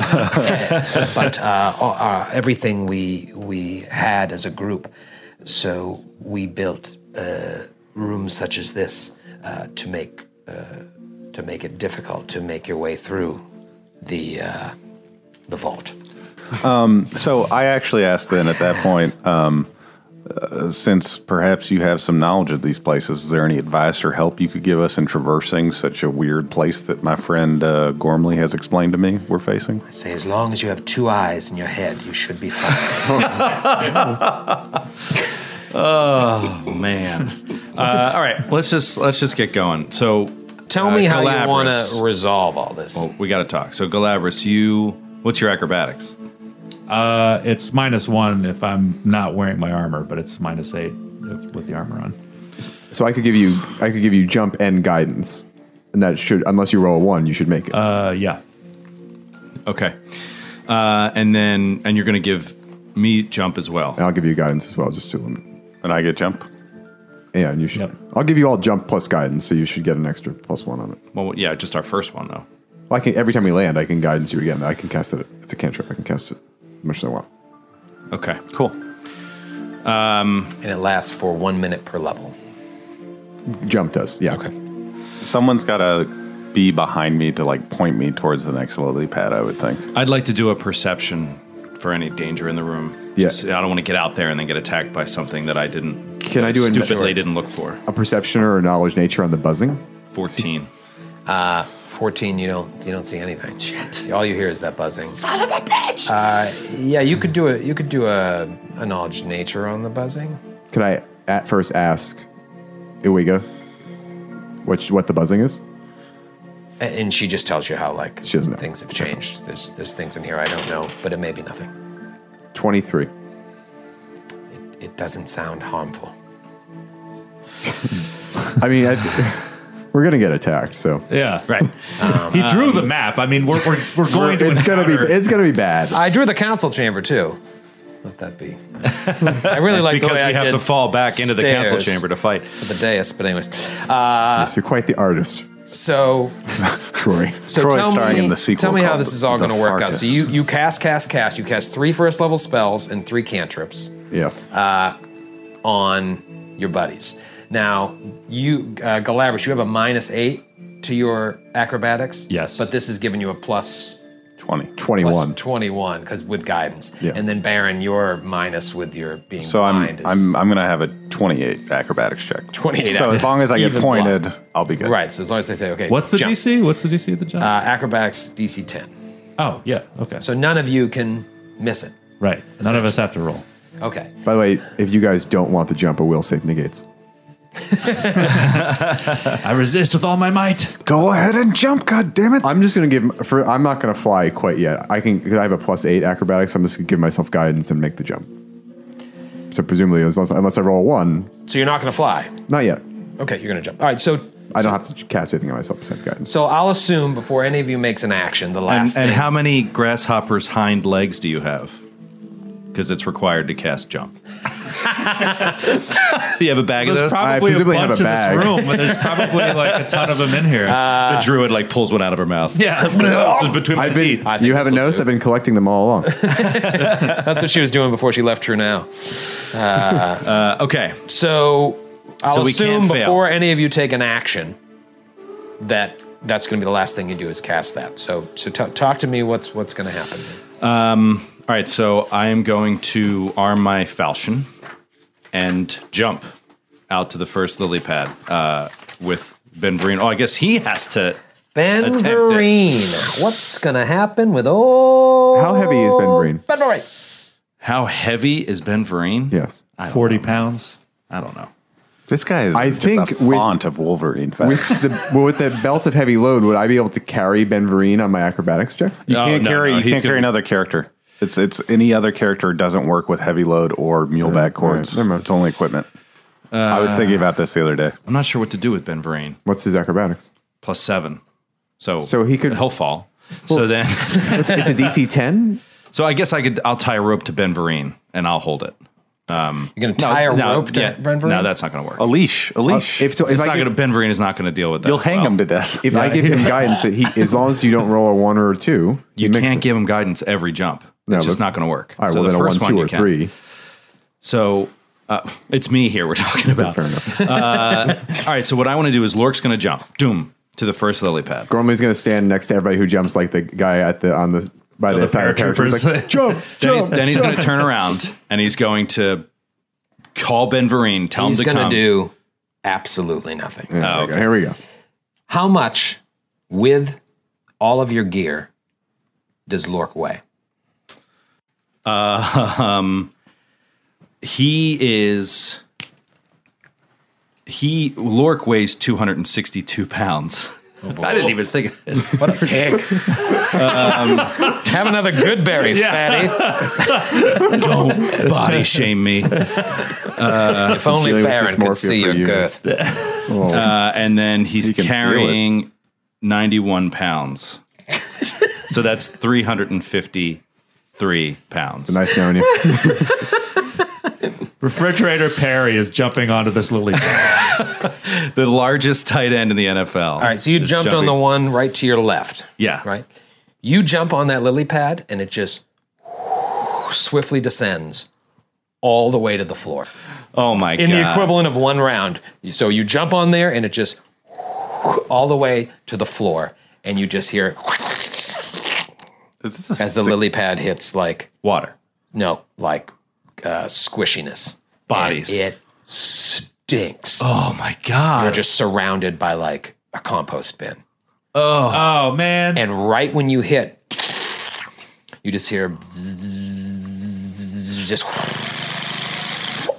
Speaker 3: but uh, all- our, everything we we had as a group, so we built uh, rooms such as this uh, to make uh, to make it difficult to make your way through the uh, the vault.
Speaker 2: So I actually asked then at that point, um, uh, since perhaps you have some knowledge of these places, is there any advice or help you could give us in traversing such a weird place that my friend uh, Gormley has explained to me we're facing?
Speaker 3: I say, as long as you have two eyes in your head, you should be fine.
Speaker 8: Oh man. (laughs) uh, all right, let's just let's just get going. So
Speaker 3: Tell
Speaker 8: uh,
Speaker 3: me how you want
Speaker 8: Galabras.
Speaker 3: to resolve all this.
Speaker 8: Well, we got to talk. So Galabras, you what's your acrobatics?
Speaker 6: Uh, it's minus one if I'm not wearing my armor, but it's minus eight if, with the armor on.
Speaker 10: So I could give you I could give you jump and guidance, and that should unless you roll a one, you should make it.
Speaker 6: Uh, yeah.
Speaker 8: Okay. Uh, and then and you're going to give me jump as well.
Speaker 10: and I'll give you guidance as well, just to limit.
Speaker 2: And I get jump.
Speaker 10: Yeah, and you should.
Speaker 6: Yep.
Speaker 10: I'll give you all jump plus guidance, so you should get an extra plus one on it.
Speaker 8: Well, yeah, just our first one though.
Speaker 10: Well, I can every time we land, I can guidance you again. I can cast it. It's a cantrip. I can cast it as much as I want.
Speaker 8: Okay. Cool.
Speaker 3: and it lasts for one minute per level.
Speaker 10: Jump does. Yeah.
Speaker 8: Okay.
Speaker 2: Someone's got to be behind me to like point me towards the next lily pad, I would think.
Speaker 8: I'd like to do a perception for any danger in the room.
Speaker 10: Yeah.
Speaker 8: Just- I don't want to get out there and then get attacked by something that I didn't
Speaker 10: Can I do a-
Speaker 8: stupidly
Speaker 10: Sure.
Speaker 8: didn't look for.
Speaker 10: A perception or a knowledge nature on the buzzing.
Speaker 8: 14.
Speaker 3: 14 you don't you don't see anything all you hear is that buzzing son of a bitch uh, yeah you could do a you could do a, a knowledge nature on the buzzing
Speaker 10: Could I at first ask Iwiga which what the buzzing is?
Speaker 3: A- and she just tells you how like
Speaker 10: She doesn't know.
Speaker 3: things have changed there's there's things in here i don't know but it may be nothing
Speaker 10: Twenty three.
Speaker 3: it doesn't sound harmful
Speaker 10: I mean, I, (laughs) we're gonna get attacked, so
Speaker 6: Yeah. (laughs) Right. he drew the map. I mean, we're, we're, we're going to
Speaker 10: it's gonna be
Speaker 6: encounter-
Speaker 10: it's gonna be bad.
Speaker 3: i drew the council chamber too let that be i really like
Speaker 8: because
Speaker 3: the way I
Speaker 8: we have
Speaker 3: did
Speaker 8: to fall back into the council
Speaker 3: stairs
Speaker 8: chamber to fight.
Speaker 3: for the dais but anyways
Speaker 10: You're quite the artist,
Speaker 3: so
Speaker 10: Troy.
Speaker 3: So
Speaker 2: Troy
Speaker 3: tell
Speaker 2: starring
Speaker 3: me,
Speaker 2: in the sequel
Speaker 3: tell me how
Speaker 2: called
Speaker 3: this is all
Speaker 2: The
Speaker 3: going to work out.
Speaker 2: Farkas.
Speaker 3: So you you cast, cast, cast. You cast three first level spells and three cantrips
Speaker 10: Yes.
Speaker 3: on your buddies. Now you uh, Galabras, you have a minus eight to your acrobatics.
Speaker 6: Yes.
Speaker 3: but this is giving you a plus.
Speaker 2: 20.
Speaker 10: Twenty
Speaker 3: Plus
Speaker 10: one.
Speaker 3: 21 because with guidance
Speaker 10: Yeah.
Speaker 3: and then baron your minus with your being
Speaker 2: So I'm,
Speaker 3: blind is
Speaker 2: I'm, I'm going to have a 28 acrobatics check.
Speaker 3: 28
Speaker 2: So as long as I get
Speaker 3: Even blind.
Speaker 2: pointed, I'll be good.
Speaker 3: right so as long as they say okay
Speaker 6: What's the
Speaker 3: jump.
Speaker 6: DC? What's the DC of the jump?
Speaker 3: uh, acrobatics dc 10
Speaker 6: oh, yeah. Okay.
Speaker 3: so none of you can miss it
Speaker 6: right. None of us have to roll.
Speaker 3: okay
Speaker 10: By the way, if you guys don't want the jump, a will save negates.
Speaker 6: I resist with all my might.
Speaker 2: Go ahead and jump, God damn it!
Speaker 10: I'm just gonna give. For I'm not gonna fly quite yet. I can. Cause I have a plus eight acrobatics. I'm just gonna give myself guidance and make the jump. So presumably, as long as- unless I roll a one,
Speaker 3: so you're not going to fly
Speaker 10: not yet.
Speaker 3: okay you're going to jump all right so
Speaker 10: I don't have to cast anything on myself besides guidance.
Speaker 3: So I'll assume before any of you makes an action, the
Speaker 8: And,
Speaker 3: last
Speaker 8: and
Speaker 3: thing-
Speaker 8: how many grasshoppers' hind legs do you have? Because it's required to cast jump. (laughs) do you have a bag of those?
Speaker 6: There's probably a
Speaker 10: presumably have
Speaker 6: bunch
Speaker 10: a
Speaker 6: in this
Speaker 10: bag.
Speaker 6: room, but (laughs) there's probably like a ton of them in (laughs) here.
Speaker 8: the druid like pulls one out of her mouth.
Speaker 6: yeah. (laughs)
Speaker 8: This is between my
Speaker 10: I've been.
Speaker 8: teeth.
Speaker 3: I think
Speaker 10: You
Speaker 3: this
Speaker 10: haven't
Speaker 3: will
Speaker 10: noticed.
Speaker 3: do.
Speaker 10: I've been collecting them all
Speaker 8: (laughs)
Speaker 10: along.
Speaker 3: that's what she was doing before she left her now.
Speaker 8: Uh, okay,
Speaker 3: So I'll
Speaker 8: we
Speaker 3: assume
Speaker 8: can fail.
Speaker 3: before any of you take an action that that's going to be the last thing you do is cast that. So so t- talk to me what's what's going to happen.
Speaker 8: All right, so I am going to arm my falchion and jump out to the first lily pad uh, with Ben Vereen. Oh, I guess he has to
Speaker 3: Ben
Speaker 8: attempt it.
Speaker 3: Vereen. What's gonna happen with old
Speaker 10: How heavy is Ben Breen?
Speaker 3: Ben Vereen?
Speaker 8: How heavy is Ben Vereen?
Speaker 10: Yes.
Speaker 6: Forty pounds.
Speaker 8: I don't know.
Speaker 2: This guy is.
Speaker 10: I
Speaker 2: just
Speaker 10: think
Speaker 2: a
Speaker 10: with-
Speaker 2: font of Wolverine. Fact.
Speaker 10: With the well, with that belt of heavy load, would I be able to carry Ben Vereen on my acrobatics check?
Speaker 2: you
Speaker 8: No,
Speaker 2: can't
Speaker 8: Oh, no,
Speaker 2: carry.
Speaker 8: no,
Speaker 2: you
Speaker 8: he's
Speaker 2: can't carry
Speaker 8: gonna-
Speaker 2: another character. It's it's any other character doesn't work with heavy load or muleback cords.
Speaker 10: never mind.
Speaker 2: It's only equipment. I was thinking about this the other day.
Speaker 8: I'm not sure what to do with Ben Vereen.
Speaker 10: What's his acrobatics?
Speaker 8: Plus seven. So,
Speaker 10: So he could-
Speaker 8: He'll fall. so then. (laughs)
Speaker 10: It's, it's a DC 10.
Speaker 8: so I guess I could. I'll tie a rope to Ben Vereen and I'll hold it.
Speaker 3: You're gonna tie a rope to
Speaker 8: yeah,
Speaker 3: Ben Vereen?
Speaker 8: No, that's not going to work.
Speaker 2: A leash. A leash.
Speaker 10: Oh, Uh, If so, if
Speaker 8: it's
Speaker 10: I
Speaker 8: not
Speaker 10: give,
Speaker 8: gonna, ben Vereen is not going to deal with that.
Speaker 2: Uh, You'll hang
Speaker 8: well.
Speaker 2: him to (laughs) death.
Speaker 10: if I give
Speaker 8: (laughs)
Speaker 10: him guidance that he, as long as you don't roll a one or a two, he
Speaker 8: You
Speaker 10: makes
Speaker 8: can't
Speaker 10: it.
Speaker 8: give him guidance every jump. It's
Speaker 10: No,
Speaker 8: just
Speaker 10: but-
Speaker 8: not going to work.
Speaker 10: All right,
Speaker 8: So
Speaker 10: well
Speaker 8: the
Speaker 10: then a one,
Speaker 8: first
Speaker 10: two,
Speaker 8: you
Speaker 10: or
Speaker 8: can.
Speaker 10: three.
Speaker 8: So uh, it's me here we're talking about. Uh,
Speaker 10: Fair enough.
Speaker 8: (laughs) All right, so what I want to do is Lork's going to jump, doom, to the first lily pad.
Speaker 10: Gormley's gonna stand next to everybody who jumps, like the guy at the on the by the, side of the paratrooper. He's Like, jump,
Speaker 8: (laughs) Then he's,
Speaker 10: jump.
Speaker 8: then he's going to turn around and he's going to call Ben Vereen, tell
Speaker 3: He's
Speaker 8: him to
Speaker 3: gonna
Speaker 8: come.
Speaker 3: do absolutely nothing.
Speaker 10: Yeah, there we go. Here we go.
Speaker 3: How much, with all of your gear, does Lork weigh?
Speaker 8: he is. He Lork weighs 262
Speaker 3: (laughs)
Speaker 8: pounds. I didn't even think of this.
Speaker 3: What a pig!
Speaker 8: Have another good berry, fatty. (laughs) Don't body shame me. Uh,
Speaker 3: if only
Speaker 10: dealing with
Speaker 3: Baron could
Speaker 10: dysmorphia
Speaker 3: see
Speaker 10: for
Speaker 3: your
Speaker 10: years. Oh,
Speaker 3: girth.
Speaker 8: Uh, and then he's
Speaker 10: can feel it.
Speaker 8: carrying 91 pounds. so that's 353 pounds.
Speaker 10: Nice knowing
Speaker 3: (laughs)
Speaker 10: you.
Speaker 6: Refrigerator Perry is jumping onto this lily (laughs) pad.
Speaker 8: The largest tight end in the NFL.
Speaker 3: All right, so you jumped on the one right to your left.
Speaker 8: Yeah.
Speaker 3: Right? You jump on that lily pad and it just swiftly descends all the way to the floor.
Speaker 8: Oh my
Speaker 3: In
Speaker 8: god.
Speaker 3: the equivalent of one round. So you jump on there and it just all the way to the floor. And you just hear
Speaker 2: Is this a
Speaker 3: as the
Speaker 2: sick-
Speaker 3: lily pad hits like,
Speaker 8: water.
Speaker 3: no, like uh, squishiness.
Speaker 8: Bodies.
Speaker 3: It stinks.
Speaker 8: Oh my god.
Speaker 3: You're just surrounded by like a compost bin.
Speaker 6: oh man.
Speaker 3: And right when you hit, you just hear bzzz, just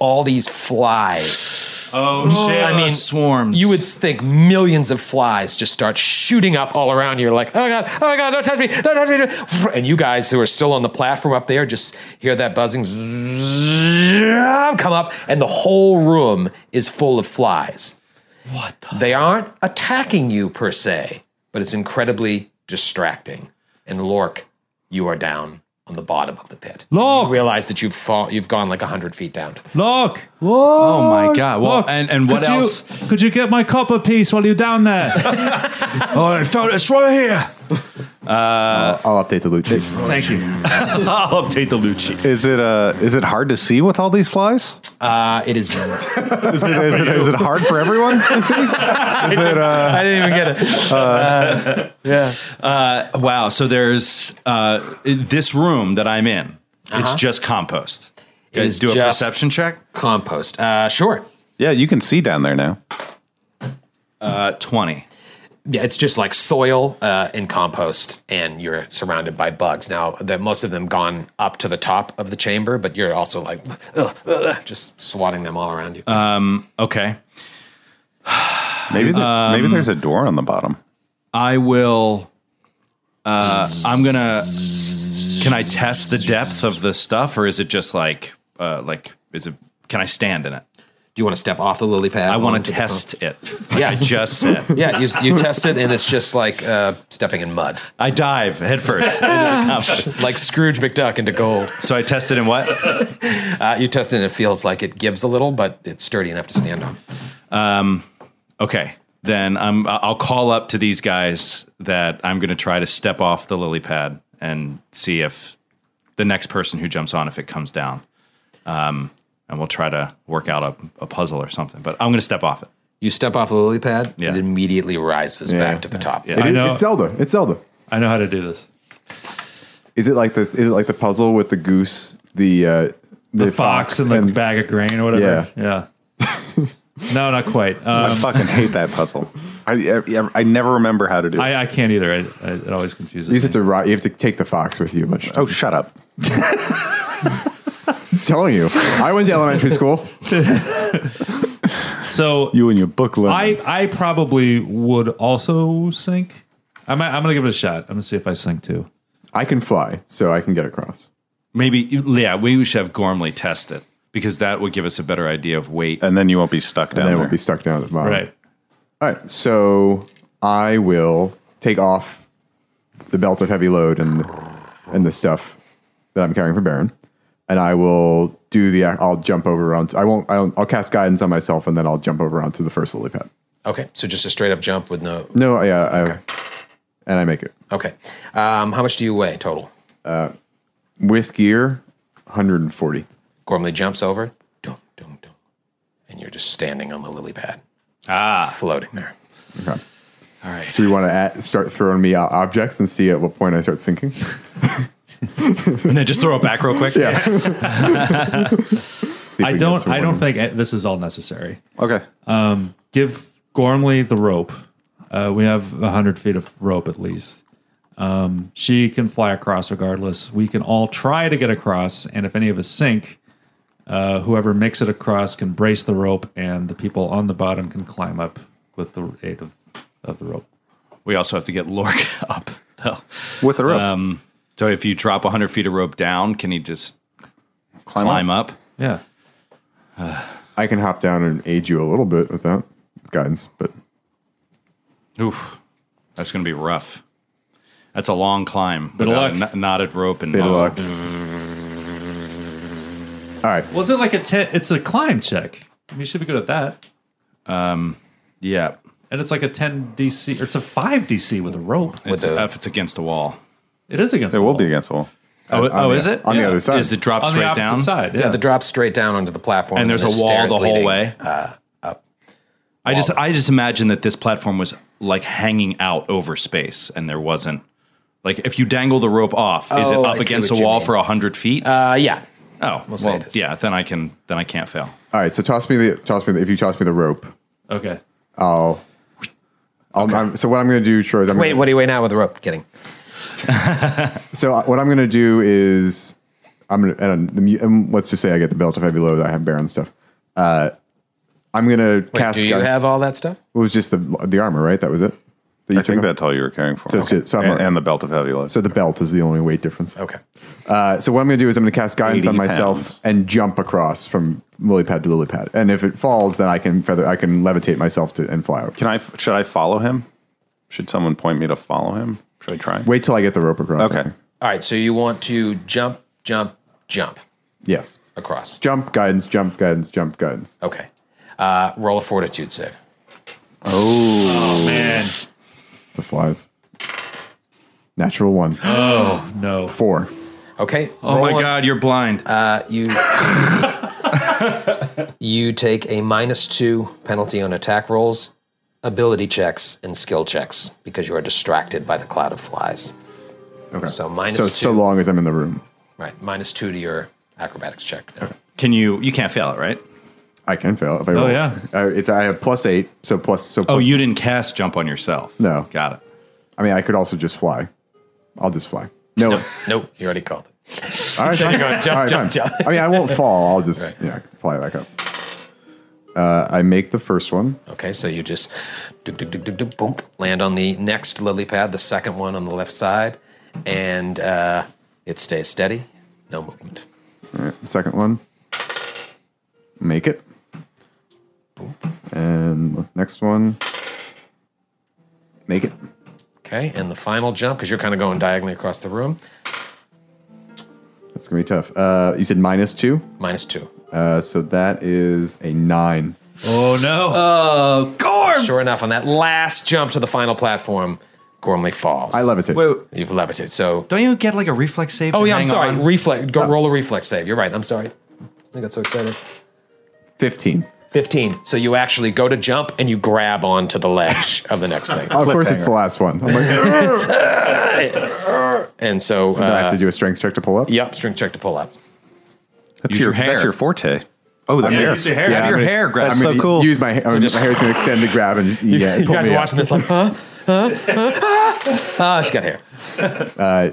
Speaker 3: all these flies.
Speaker 6: oh shit.
Speaker 3: I mean,
Speaker 8: swarms.
Speaker 3: you would think millions of flies just start shooting up all around you. You're like, oh god, oh my god, don't touch me, don't touch me. don't-" And you guys who are still on the platform up there just hear that buzzing zzzz, come up, and the whole room is full of flies. What the? They aren't attacking you per se, but it's incredibly distracting. And Lork, you are down on the bottom of the pit.
Speaker 6: Lork!
Speaker 3: You realize that you've fall, you've gone like hundred feet down to the
Speaker 6: Look.
Speaker 8: oh my god. Well,
Speaker 6: Look,
Speaker 8: and and what
Speaker 6: could
Speaker 8: else?
Speaker 6: You, could you get my copper piece while you're down there?
Speaker 9: Oh, I found it. It's right here.
Speaker 10: I'll update the loot. sheet.
Speaker 6: Thank you.
Speaker 8: I'll update the loot sheet.
Speaker 2: Is it uh is it hard to see with all
Speaker 10: (laughs)
Speaker 2: these flies?
Speaker 3: uh, (laughs) it is.
Speaker 2: Is it, is it, is it hard for everyone to
Speaker 10: (laughs)
Speaker 2: see? Is it, uh,
Speaker 3: I didn't even get it.
Speaker 8: (laughs) Wow. So there's uh, this room that I'm in. It's just compost. Guys,
Speaker 3: Uh-huh. is
Speaker 8: do a
Speaker 3: just-
Speaker 8: perception check.
Speaker 3: compost. Uh, sure.
Speaker 2: yeah, you can see down there now.
Speaker 8: Uh, Twenty.
Speaker 3: Yeah, it's just like soil uh, and compost, and you're surrounded by bugs. Now, that most of them gone up to the top of the chamber, but you're also like (laughs) ugh, ugh, just swatting them all around you.
Speaker 8: Okay.
Speaker 2: Maybe the, maybe there's a door on the bottom.
Speaker 8: I will. Uh, I'm gonna. Can I test the depth of the stuff, or is it just like, uh, like, is it? Can I stand in it?
Speaker 3: Do you want to step off the lily pad?
Speaker 8: I want
Speaker 3: onto
Speaker 8: to
Speaker 3: the
Speaker 8: test it.
Speaker 3: Yeah.
Speaker 8: yeah, I just said.
Speaker 3: com- Yeah, you, you test it, and it's just like uh, stepping in mud.
Speaker 8: I dive headfirst. into
Speaker 3: (laughs)
Speaker 8: the compost.
Speaker 3: It's like Scrooge McDuck into gold.
Speaker 8: so I tested in what?
Speaker 3: Uh, you test it, and it feels like it gives a little, but it's sturdy enough to stand on.
Speaker 8: Okay, then I'm. I'll call up to these guys that I'm going to try to step off the lily pad and see if the next person who jumps on, if it comes down, um, and we'll try to work out a, a puzzle or something. But I'm going to step off it.
Speaker 3: You step off the lily pad,
Speaker 8: Yeah.
Speaker 3: it immediately rises
Speaker 10: Yeah.
Speaker 3: back to the top.
Speaker 10: It
Speaker 6: I
Speaker 10: is,
Speaker 6: know.
Speaker 10: it's Zelda. It's Zelda.
Speaker 6: I know how to do this.
Speaker 10: Is it like the is it like the puzzle with the goose, the uh, (laughs)
Speaker 6: The fox, and the bag of grain or whatever. Yeah. No, not quite. Um,
Speaker 2: I fucking hate that puzzle. (laughs) I, I I never remember how to do it.
Speaker 6: I, I can't either. I, I, it always confuses
Speaker 10: You just
Speaker 6: me.
Speaker 10: have to ri- you have to take the fox with you. Much.
Speaker 2: oh, shut up.
Speaker 10: I'm telling you, I went to elementary school.
Speaker 6: (laughs) So
Speaker 10: You and your book learning.
Speaker 6: I, I probably would also sink. I might, I'm going to give it a shot. I'm going to see if I sink too.
Speaker 10: I can fly, so I can get across.
Speaker 8: Maybe, yeah, we should have Gormley test it because that would give us a better idea of
Speaker 10: (laughs)
Speaker 8: weight.
Speaker 2: And then you won't be stuck down
Speaker 10: And then
Speaker 2: there.
Speaker 10: we'll be stuck down at the bottom.
Speaker 6: Right.
Speaker 10: All right. So I will take off the belt of heavy load and and the stuff that I'm carrying for Baron, and I will do the. I'll jump over onto. I won't. I don't, I'll cast guidance on myself, and then I'll jump over onto the first lily pad.
Speaker 3: Okay, so just a straight up jump with no.
Speaker 10: No. Yeah. I, And I make it
Speaker 3: Okay, um, how much do you weigh total?
Speaker 10: with gear. 140.
Speaker 3: Gormley jumps over, dum, dum, dum, and you're just standing on the lily pad. Ah. Floating there.
Speaker 10: Do we want to at, start throwing me out objects and see at what point I start sinking?
Speaker 8: And then just throw it back real quick.
Speaker 10: Yeah.
Speaker 6: I don't. I don't think a- this is all necessary.
Speaker 2: okay.
Speaker 6: Give Gormley the rope. Uh, we have hundred feet of rope at least. Um, she can fly across regardless. We can all try to get across, and if any of us sink, uh, whoever makes it across can brace the rope, and the people on the bottom can climb up with the aid of, of the rope.
Speaker 8: We also have to get Lork (laughs) up, though.
Speaker 2: With the rope.
Speaker 8: Um, so if you drop 100 feet of rope down, can he just climb, up?
Speaker 6: Yeah.
Speaker 10: I can hop down and aid you a little bit with that guidance, but
Speaker 8: Oof. That's going to be rough. That's a long climb. But
Speaker 6: of
Speaker 8: knotted rope and
Speaker 10: bit of
Speaker 8: muscle.
Speaker 10: luck. All right.
Speaker 6: Was it like a ten? It's a climb check. You should be good at that.
Speaker 8: Yeah.
Speaker 6: And it's like a ten DC, or it's a five DC with a rope.
Speaker 8: It's,
Speaker 3: the-
Speaker 8: if it's against a wall.
Speaker 6: It is against.
Speaker 2: it will be against the wall.
Speaker 8: Oh,
Speaker 10: on the- on the
Speaker 8: Is-
Speaker 10: other side.
Speaker 8: Is it drop
Speaker 6: on the
Speaker 8: straight
Speaker 6: opposite
Speaker 8: down?
Speaker 6: side. Yeah.
Speaker 3: The drop straight down onto the platform.
Speaker 8: And there's a wall
Speaker 3: stairs
Speaker 8: the whole
Speaker 3: leading.
Speaker 8: way. I just I just imagine that this platform was like hanging out over space, and there wasn't like if you dangle the rope off, is it
Speaker 3: Oh,
Speaker 8: up
Speaker 3: I see
Speaker 8: against a
Speaker 3: what you
Speaker 8: wall
Speaker 3: mean.
Speaker 8: for hundred feet?
Speaker 3: Uh, yeah.
Speaker 8: oh,
Speaker 3: say
Speaker 8: well,
Speaker 3: it is.
Speaker 8: yeah. Then I can then I can't fail.
Speaker 10: All right. So toss me the toss me the, if you toss me the rope.
Speaker 6: Okay.
Speaker 10: I'll, I'm, so what I'm going to do, Troy, is I'm
Speaker 3: Wait,
Speaker 10: gonna,
Speaker 3: what do you weigh now with the rope? Kidding.
Speaker 10: so uh, what I'm going to do is I'm going to and, um, the mu- and let's just say I get the belt of heavy load. I have Baron stuff. Uh, I'm going to cast.
Speaker 3: do you
Speaker 10: guidance-
Speaker 3: have all that stuff?
Speaker 10: It was just the the armor, right? That was it. That you
Speaker 2: I
Speaker 10: took
Speaker 2: think
Speaker 10: off?
Speaker 2: that's all you were carrying for.
Speaker 10: So it's just- so I'm
Speaker 2: and,
Speaker 10: a-
Speaker 2: and the belt of heavy load.
Speaker 10: So the belt is the only weight difference.
Speaker 3: Okay.
Speaker 10: Uh, so what I'm going to do is I'm going to cast guidance on
Speaker 2: 80
Speaker 10: myself
Speaker 2: pounds.
Speaker 10: and jump across from lily pad to lily pad. And if it falls, then I can feather, I can levitate myself to and fly out.
Speaker 2: Can I? Should I follow him? Should someone point me to follow him? Should I try?
Speaker 10: Wait till I get the rope across. I
Speaker 2: Okay.
Speaker 10: think.
Speaker 3: All right, so you want to jump, jump, jump
Speaker 10: Yes.
Speaker 3: across.
Speaker 10: Jump guidance. Jump guidance. Jump guidance.
Speaker 3: Okay. Uh, roll a fortitude save.
Speaker 6: Man,
Speaker 10: The flies. Natural
Speaker 3: (gasps)
Speaker 10: one.
Speaker 3: Oh,
Speaker 6: no.
Speaker 10: Four.
Speaker 3: Okay.
Speaker 8: Oh my god, you're blind.
Speaker 10: (laughs)
Speaker 3: You you take a minus two penalty on attack rolls, ability checks, and skill checks because you are distracted by the cloud of flies.
Speaker 10: Okay.
Speaker 3: So minus
Speaker 10: so
Speaker 3: two.
Speaker 10: so long as I'm in the room,
Speaker 3: Right, minus two to your acrobatics check. now.
Speaker 8: can you? You can't fail it, right?
Speaker 10: I can fail if I roll.
Speaker 6: yeah.
Speaker 10: Uh, it's I have plus eight. So plus so.
Speaker 8: Oh,
Speaker 10: plus-
Speaker 8: you didn't cast jump on yourself.
Speaker 10: No.
Speaker 8: got it.
Speaker 10: I mean, I could also just fly. I'll just fly. No.
Speaker 3: (laughs) Nope, you already called it.
Speaker 10: All right, fine. All right, fine. I mean, I won't fall. I'll just yeah, fly back up. Uh, I make the first one.
Speaker 3: Okay, so you just do, do, do, do, do, boom, land on the next lily pad, the second one on the left side, and uh, it stays steady, no movement.
Speaker 10: Second one. Make it. And next one. Make it.
Speaker 3: Okay, and the final jump, because you're kind of going diagonally across the room,
Speaker 10: That's gonna be tough. Uh, you said minus two,
Speaker 3: minus two.
Speaker 10: uh, so that is a nine.
Speaker 6: Oh no.
Speaker 3: Sure enough, on that last jump to the final platform, Gormley falls.
Speaker 10: I levitate.
Speaker 3: You've levitated. So,
Speaker 8: Don't you get like a reflex save?
Speaker 3: oh
Speaker 8: to
Speaker 3: yeah, I'm
Speaker 8: hang
Speaker 3: sorry.
Speaker 8: on?
Speaker 3: Reflex. Go roll a reflex save. You're right. I'm sorry. I got so excited.
Speaker 10: Fifteen.
Speaker 3: 15. So you actually go to jump and you grab onto
Speaker 10: (laughs)
Speaker 3: the ledge of the next thing.
Speaker 10: Of course, it's the last one. (laughs) I'm like, do
Speaker 3: And so,
Speaker 10: I have
Speaker 3: uh,
Speaker 10: to do a strength check to pull up.
Speaker 3: yep, strength check to pull up.
Speaker 2: that's
Speaker 8: Use your hair.
Speaker 2: That's your forte. Oh, the
Speaker 10: I'm gonna
Speaker 2: hair.
Speaker 10: use
Speaker 2: Yeah,
Speaker 10: your
Speaker 2: I'm gonna-
Speaker 10: hair grab.
Speaker 2: That's
Speaker 10: I'm
Speaker 2: so
Speaker 10: gonna
Speaker 2: cool.
Speaker 10: Use my, or my hair's going to extend to grab and just yeah.
Speaker 3: you
Speaker 10: pull
Speaker 3: guys
Speaker 10: me
Speaker 3: are
Speaker 10: out.
Speaker 3: watching this like, huh? Huh? Huh? Ah, she got hair.
Speaker 10: Uh,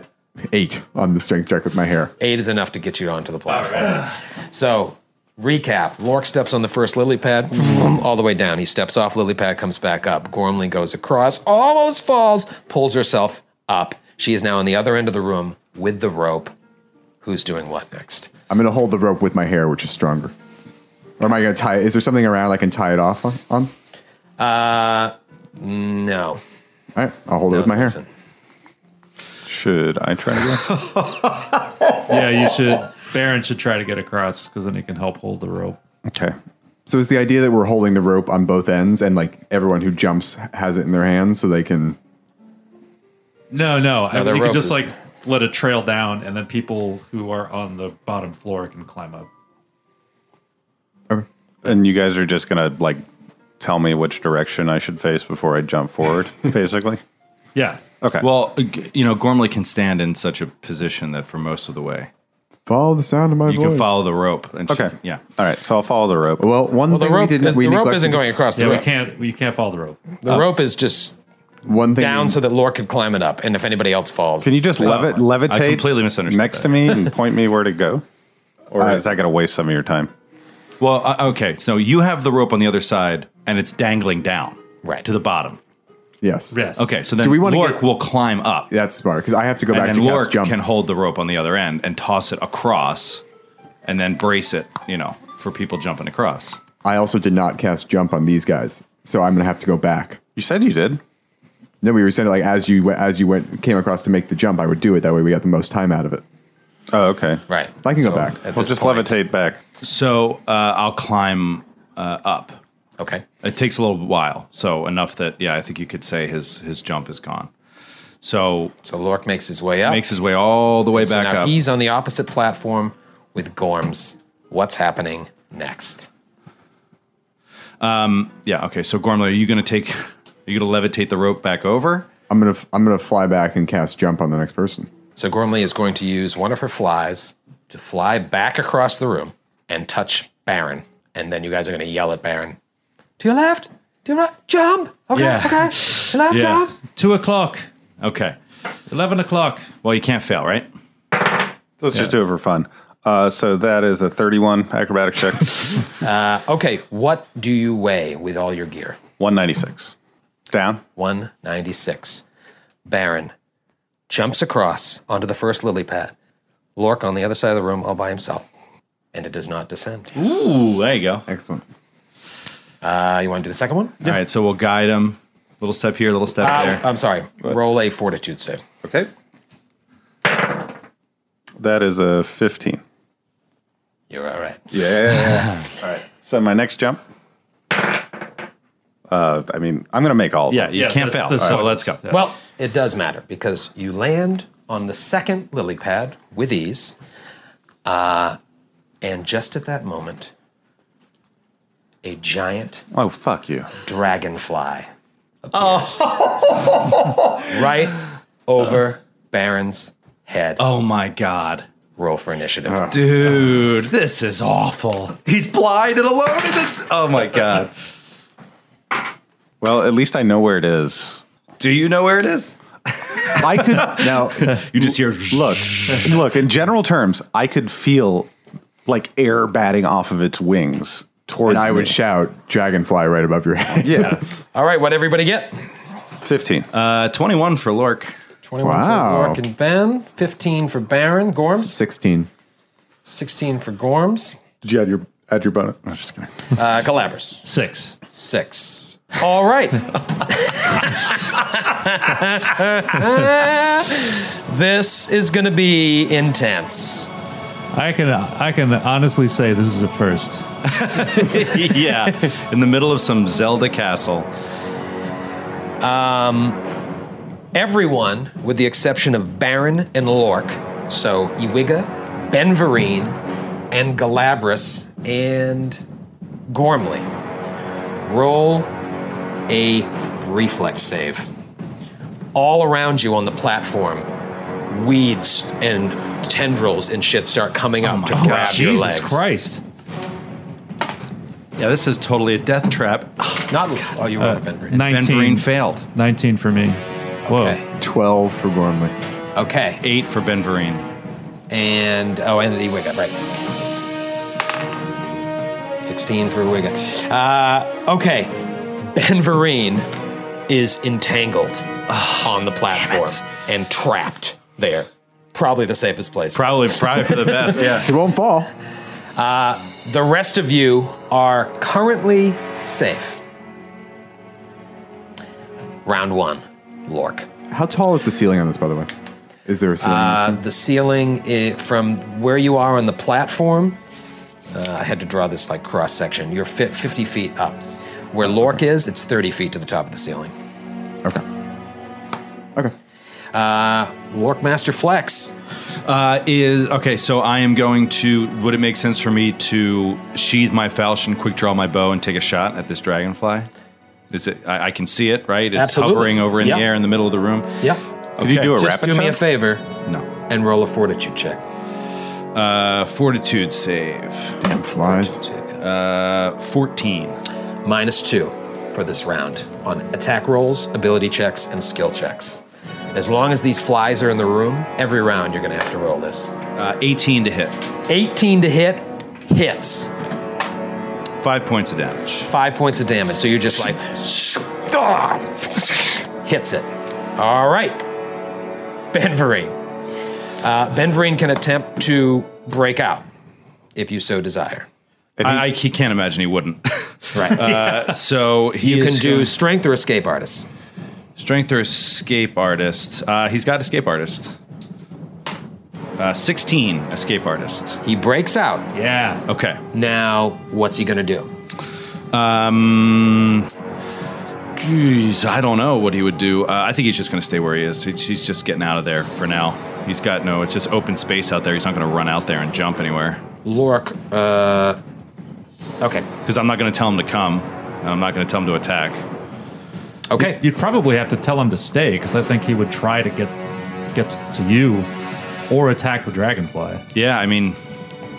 Speaker 10: eight on the strength check with my hair.
Speaker 3: Eight is enough to get you onto the platform. So, recap. Lork steps on the first lily pad, vroom, all the way down. He steps off, lily pad comes back up. Gormley goes across, almost falls, pulls herself up. She is now on the other end of the room with the rope. Who's doing what next?
Speaker 10: I'm going to hold the rope with my hair, which is stronger. Or am I going to tie? Is there something around I can tie it off on? on?
Speaker 3: Uh, no. All
Speaker 10: right, I'll hold it with my hair.
Speaker 2: Should I try again?
Speaker 6: yeah, you should. Baron should try to get across because then he can help hold the rope.
Speaker 2: (laughs) Okay.
Speaker 10: So it's the idea that we're holding the rope on both ends, and like everyone who jumps has it in their hands, so they can.
Speaker 6: No, no. I,
Speaker 10: the
Speaker 6: you
Speaker 10: rope
Speaker 6: can just
Speaker 10: is-
Speaker 6: like let it trail down, and then people who are on the bottom floor can climb up.
Speaker 2: And you guys are just gonna like tell me which direction I should face before I jump forward, (laughs) basically.
Speaker 6: Yeah.
Speaker 2: Okay.
Speaker 8: Well, uh, g- you know, Gormley can stand in such a position that for most of the way
Speaker 10: Follow the sound of my
Speaker 8: you
Speaker 10: voice.
Speaker 8: can follow the rope. And okay. yeah.
Speaker 2: All right. So I'll follow the rope.
Speaker 10: Well, one
Speaker 8: Well, the
Speaker 10: thing we
Speaker 8: rope
Speaker 10: didn't.
Speaker 8: is-
Speaker 10: we
Speaker 8: the rope
Speaker 10: neglected-
Speaker 8: isn't going
Speaker 3: across the
Speaker 6: yeah,
Speaker 3: rope.
Speaker 6: we can't. You can't follow the rope.
Speaker 3: The rope is just
Speaker 10: one thing
Speaker 3: down so that Lork could climb it up, and if anybody else falls,
Speaker 2: Can you just
Speaker 3: they-
Speaker 2: levi- levitate next to
Speaker 8: (laughs)
Speaker 2: me and point me where to go? Or
Speaker 8: Uh,
Speaker 2: is that going to waste some of your time?
Speaker 8: Well, uh, okay. So you have the rope on the other side, and it's dangling down right to the bottom.
Speaker 10: Yes.
Speaker 8: Okay. So then
Speaker 10: Do we wanna
Speaker 8: Lork
Speaker 10: get-
Speaker 8: will climb up.
Speaker 10: That's smart because I have to go
Speaker 8: and
Speaker 10: back
Speaker 8: then
Speaker 10: to cast
Speaker 8: Lork
Speaker 10: jump.
Speaker 8: can hold the rope on the other end and toss it across, and then brace it. You know, for people jumping across.
Speaker 10: I also did not cast jump on these guys, so I'm gonna have to go back.
Speaker 2: You said you did.
Speaker 10: No, we were saying like as you went, as you went came across to make the jump, I would do it. That way, we got the most time out of it.
Speaker 2: Oh, okay.
Speaker 3: Right.
Speaker 10: I can go back.
Speaker 2: We'll just levitate back.
Speaker 8: So uh, I'll climb uh, up.
Speaker 3: Okay.
Speaker 8: It takes a little while, so enough that yeah, I think you could say his his jump is gone. So
Speaker 3: so Lork makes his way up,
Speaker 8: makes his way all the way
Speaker 3: So
Speaker 8: back
Speaker 3: now
Speaker 8: up.
Speaker 3: He's on the opposite platform with Gorms. What's happening next?
Speaker 8: Um, yeah. Okay. So Gormley, are you going to take? Are you going to levitate the rope back over?
Speaker 10: I'm gonna f- I'm gonna fly back and cast jump on the next person.
Speaker 3: So Gormley is going to use one of her flies to fly back across the room and touch Baron, and then you guys are going to yell at Baron. To your left, to your right, jump. Okay,
Speaker 8: Yeah.
Speaker 3: okay.
Speaker 8: (laughs)
Speaker 3: To left, jump.
Speaker 6: Two o'clock.
Speaker 8: Okay.
Speaker 6: Eleven o'clock.
Speaker 8: Well, you can't fail, right?
Speaker 2: Let's
Speaker 8: Yeah.
Speaker 2: just do it for fun. Uh, so that is a 31 acrobatic (laughs) check,
Speaker 3: Uh, okay, what do you weigh with all your gear?
Speaker 2: 196. Down.
Speaker 3: 196. Baron jumps across onto the first lily pad. Lork on the other side of the room all by himself. And it does not descend.
Speaker 8: Ooh, there you go.
Speaker 10: Excellent.
Speaker 3: Uh, you want to do the second one?
Speaker 8: All right. So we'll guide him. Little step here, little step
Speaker 3: Uh,
Speaker 8: there.
Speaker 3: I'm sorry. Roll a fortitude save.
Speaker 2: Okay. That is a 15.
Speaker 3: You're all right.
Speaker 2: Yeah. (laughs) all right. So my next jump. Uh, I mean, I'm going to make all of them. All right.
Speaker 3: Well, it does matter because you land on the second lily pad with ease. Uh, and just at that moment, a giant
Speaker 2: Oh, fuck you.
Speaker 3: dragonfly Oh. right over Baron's head.
Speaker 8: Oh my god.
Speaker 3: Roll for initiative.
Speaker 4: Dude, this is awful. He's blind and alone in the. Oh my god.
Speaker 2: Well, at least I know where it is.
Speaker 4: Do you know where it is?
Speaker 2: I could now.
Speaker 8: You just hear.
Speaker 2: Look, look. In general terms, I could feel like air batting off of its wings towards.
Speaker 10: And I would
Speaker 2: me.
Speaker 10: shout dragonfly right above your head.
Speaker 2: Yeah.
Speaker 3: All right, what everybody get?
Speaker 2: 15.
Speaker 8: Uh, 21 for Lork.
Speaker 3: 21
Speaker 10: Wow.
Speaker 3: for Lork and Ben, 15 for Baron, Gorms,
Speaker 10: Sixteen.
Speaker 3: 16 for Gorms,
Speaker 2: Did you add your add your bonus? I'm just kidding.
Speaker 3: uh, Galabras.
Speaker 6: Six.
Speaker 3: Six. All right. (laughs) this is going to be intense.
Speaker 6: I can. I can honestly say this is a first.
Speaker 8: (laughs) yeah. In the middle of some Zelda castle.
Speaker 3: Um, everyone, with the exception of Baron and Lork, so Iwiga, Benverine, and Galabras, and Gormley, roll a reflex save. All around you on the platform, weeds and tendrils and shit start coming up to grab your
Speaker 6: Oh Jesus
Speaker 3: legs.
Speaker 6: Christ.
Speaker 8: Yeah, this is totally a death trap. (sighs)
Speaker 3: Not oh, you
Speaker 6: Uh,
Speaker 3: rolled Ben Breen.
Speaker 6: 19.
Speaker 8: Ben Breen failed.
Speaker 6: 19 for me. Whoa.
Speaker 3: Okay.
Speaker 10: 12 for Gormley.
Speaker 3: Okay.
Speaker 8: Eight for Ben Vereen.
Speaker 3: And oh, and the Wiggett, right. 16 for Wiggett. Uh, okay. Ben Vereen is entangled on the platform and trapped there. Probably the safest place.
Speaker 8: Probably, probably for the best. Yeah.
Speaker 10: He won't fall.
Speaker 3: the rest of you are currently safe. Round one, Lork.
Speaker 10: How tall is the ceiling on this, by the way? Is there a ceiling?
Speaker 3: Uh,
Speaker 10: on
Speaker 3: the ceiling i from where you are on the platform. Uh, I had to draw this like cross section. You're fi 50 feet up. Where Lork is, it's 30 feet to the top of the ceiling.
Speaker 8: Uh,
Speaker 10: this one? Okay. Okay.
Speaker 3: Lork Master Flex.
Speaker 8: Uh, is okay. So I am going to. Would it make sense for me to sheathe my falchion, quick draw my bow, and take a shot at this dragonfly? Is it? I, I can see it, right? It's
Speaker 3: Absolutely.
Speaker 8: hovering over in
Speaker 3: Yeah.
Speaker 8: the air in the middle of the room.
Speaker 3: Yeah.
Speaker 2: Did you do a
Speaker 3: Just
Speaker 2: rapid
Speaker 3: do me a
Speaker 2: shot?
Speaker 3: favor
Speaker 8: No.
Speaker 3: and roll a fortitude check.
Speaker 8: Uh, fortitude save.
Speaker 10: Damn flies.
Speaker 3: Fortitude check.
Speaker 8: Uh, fourteen.
Speaker 3: minus two for this round on attack rolls, ability checks, and skill checks. As long as these flies are in the room, every round you're going to have to roll this.
Speaker 8: Uh, Eighteen to hit.
Speaker 3: 18 to hit, hits.
Speaker 8: Five points of damage.
Speaker 3: Five points of damage. So you're just like, hits it. All right. Benverine. Uh, Benverine can attempt to break out if you so desire.
Speaker 8: I, I he can't imagine
Speaker 3: (laughs)
Speaker 8: he wouldn't.
Speaker 3: Right.
Speaker 8: (laughs) Uh, so he
Speaker 3: you can
Speaker 8: is-
Speaker 3: do strength or escape artists.
Speaker 8: Strength or escape artist? Uh, he's got escape artist. Uh, 16 escape artist.
Speaker 3: He breaks out.
Speaker 6: Yeah.
Speaker 8: Okay.
Speaker 3: Now, what's he going to do?
Speaker 8: Um, geez, I don't know what he would do. Uh, I think he's just going to stay where he is. He, he's just getting out of there for now. He's got no, it's just open space out there. He's not going to run out there and jump anywhere
Speaker 3: Lork. Uh, okay.
Speaker 8: because I'm not going to tell him to come. And I'm not going to tell him to attack.
Speaker 3: Okay.
Speaker 6: You'd probably have to tell him to stay because I think he would try to get get to you or attack
Speaker 3: (laughs)
Speaker 6: the dragonfly.
Speaker 8: Yeah, I mean,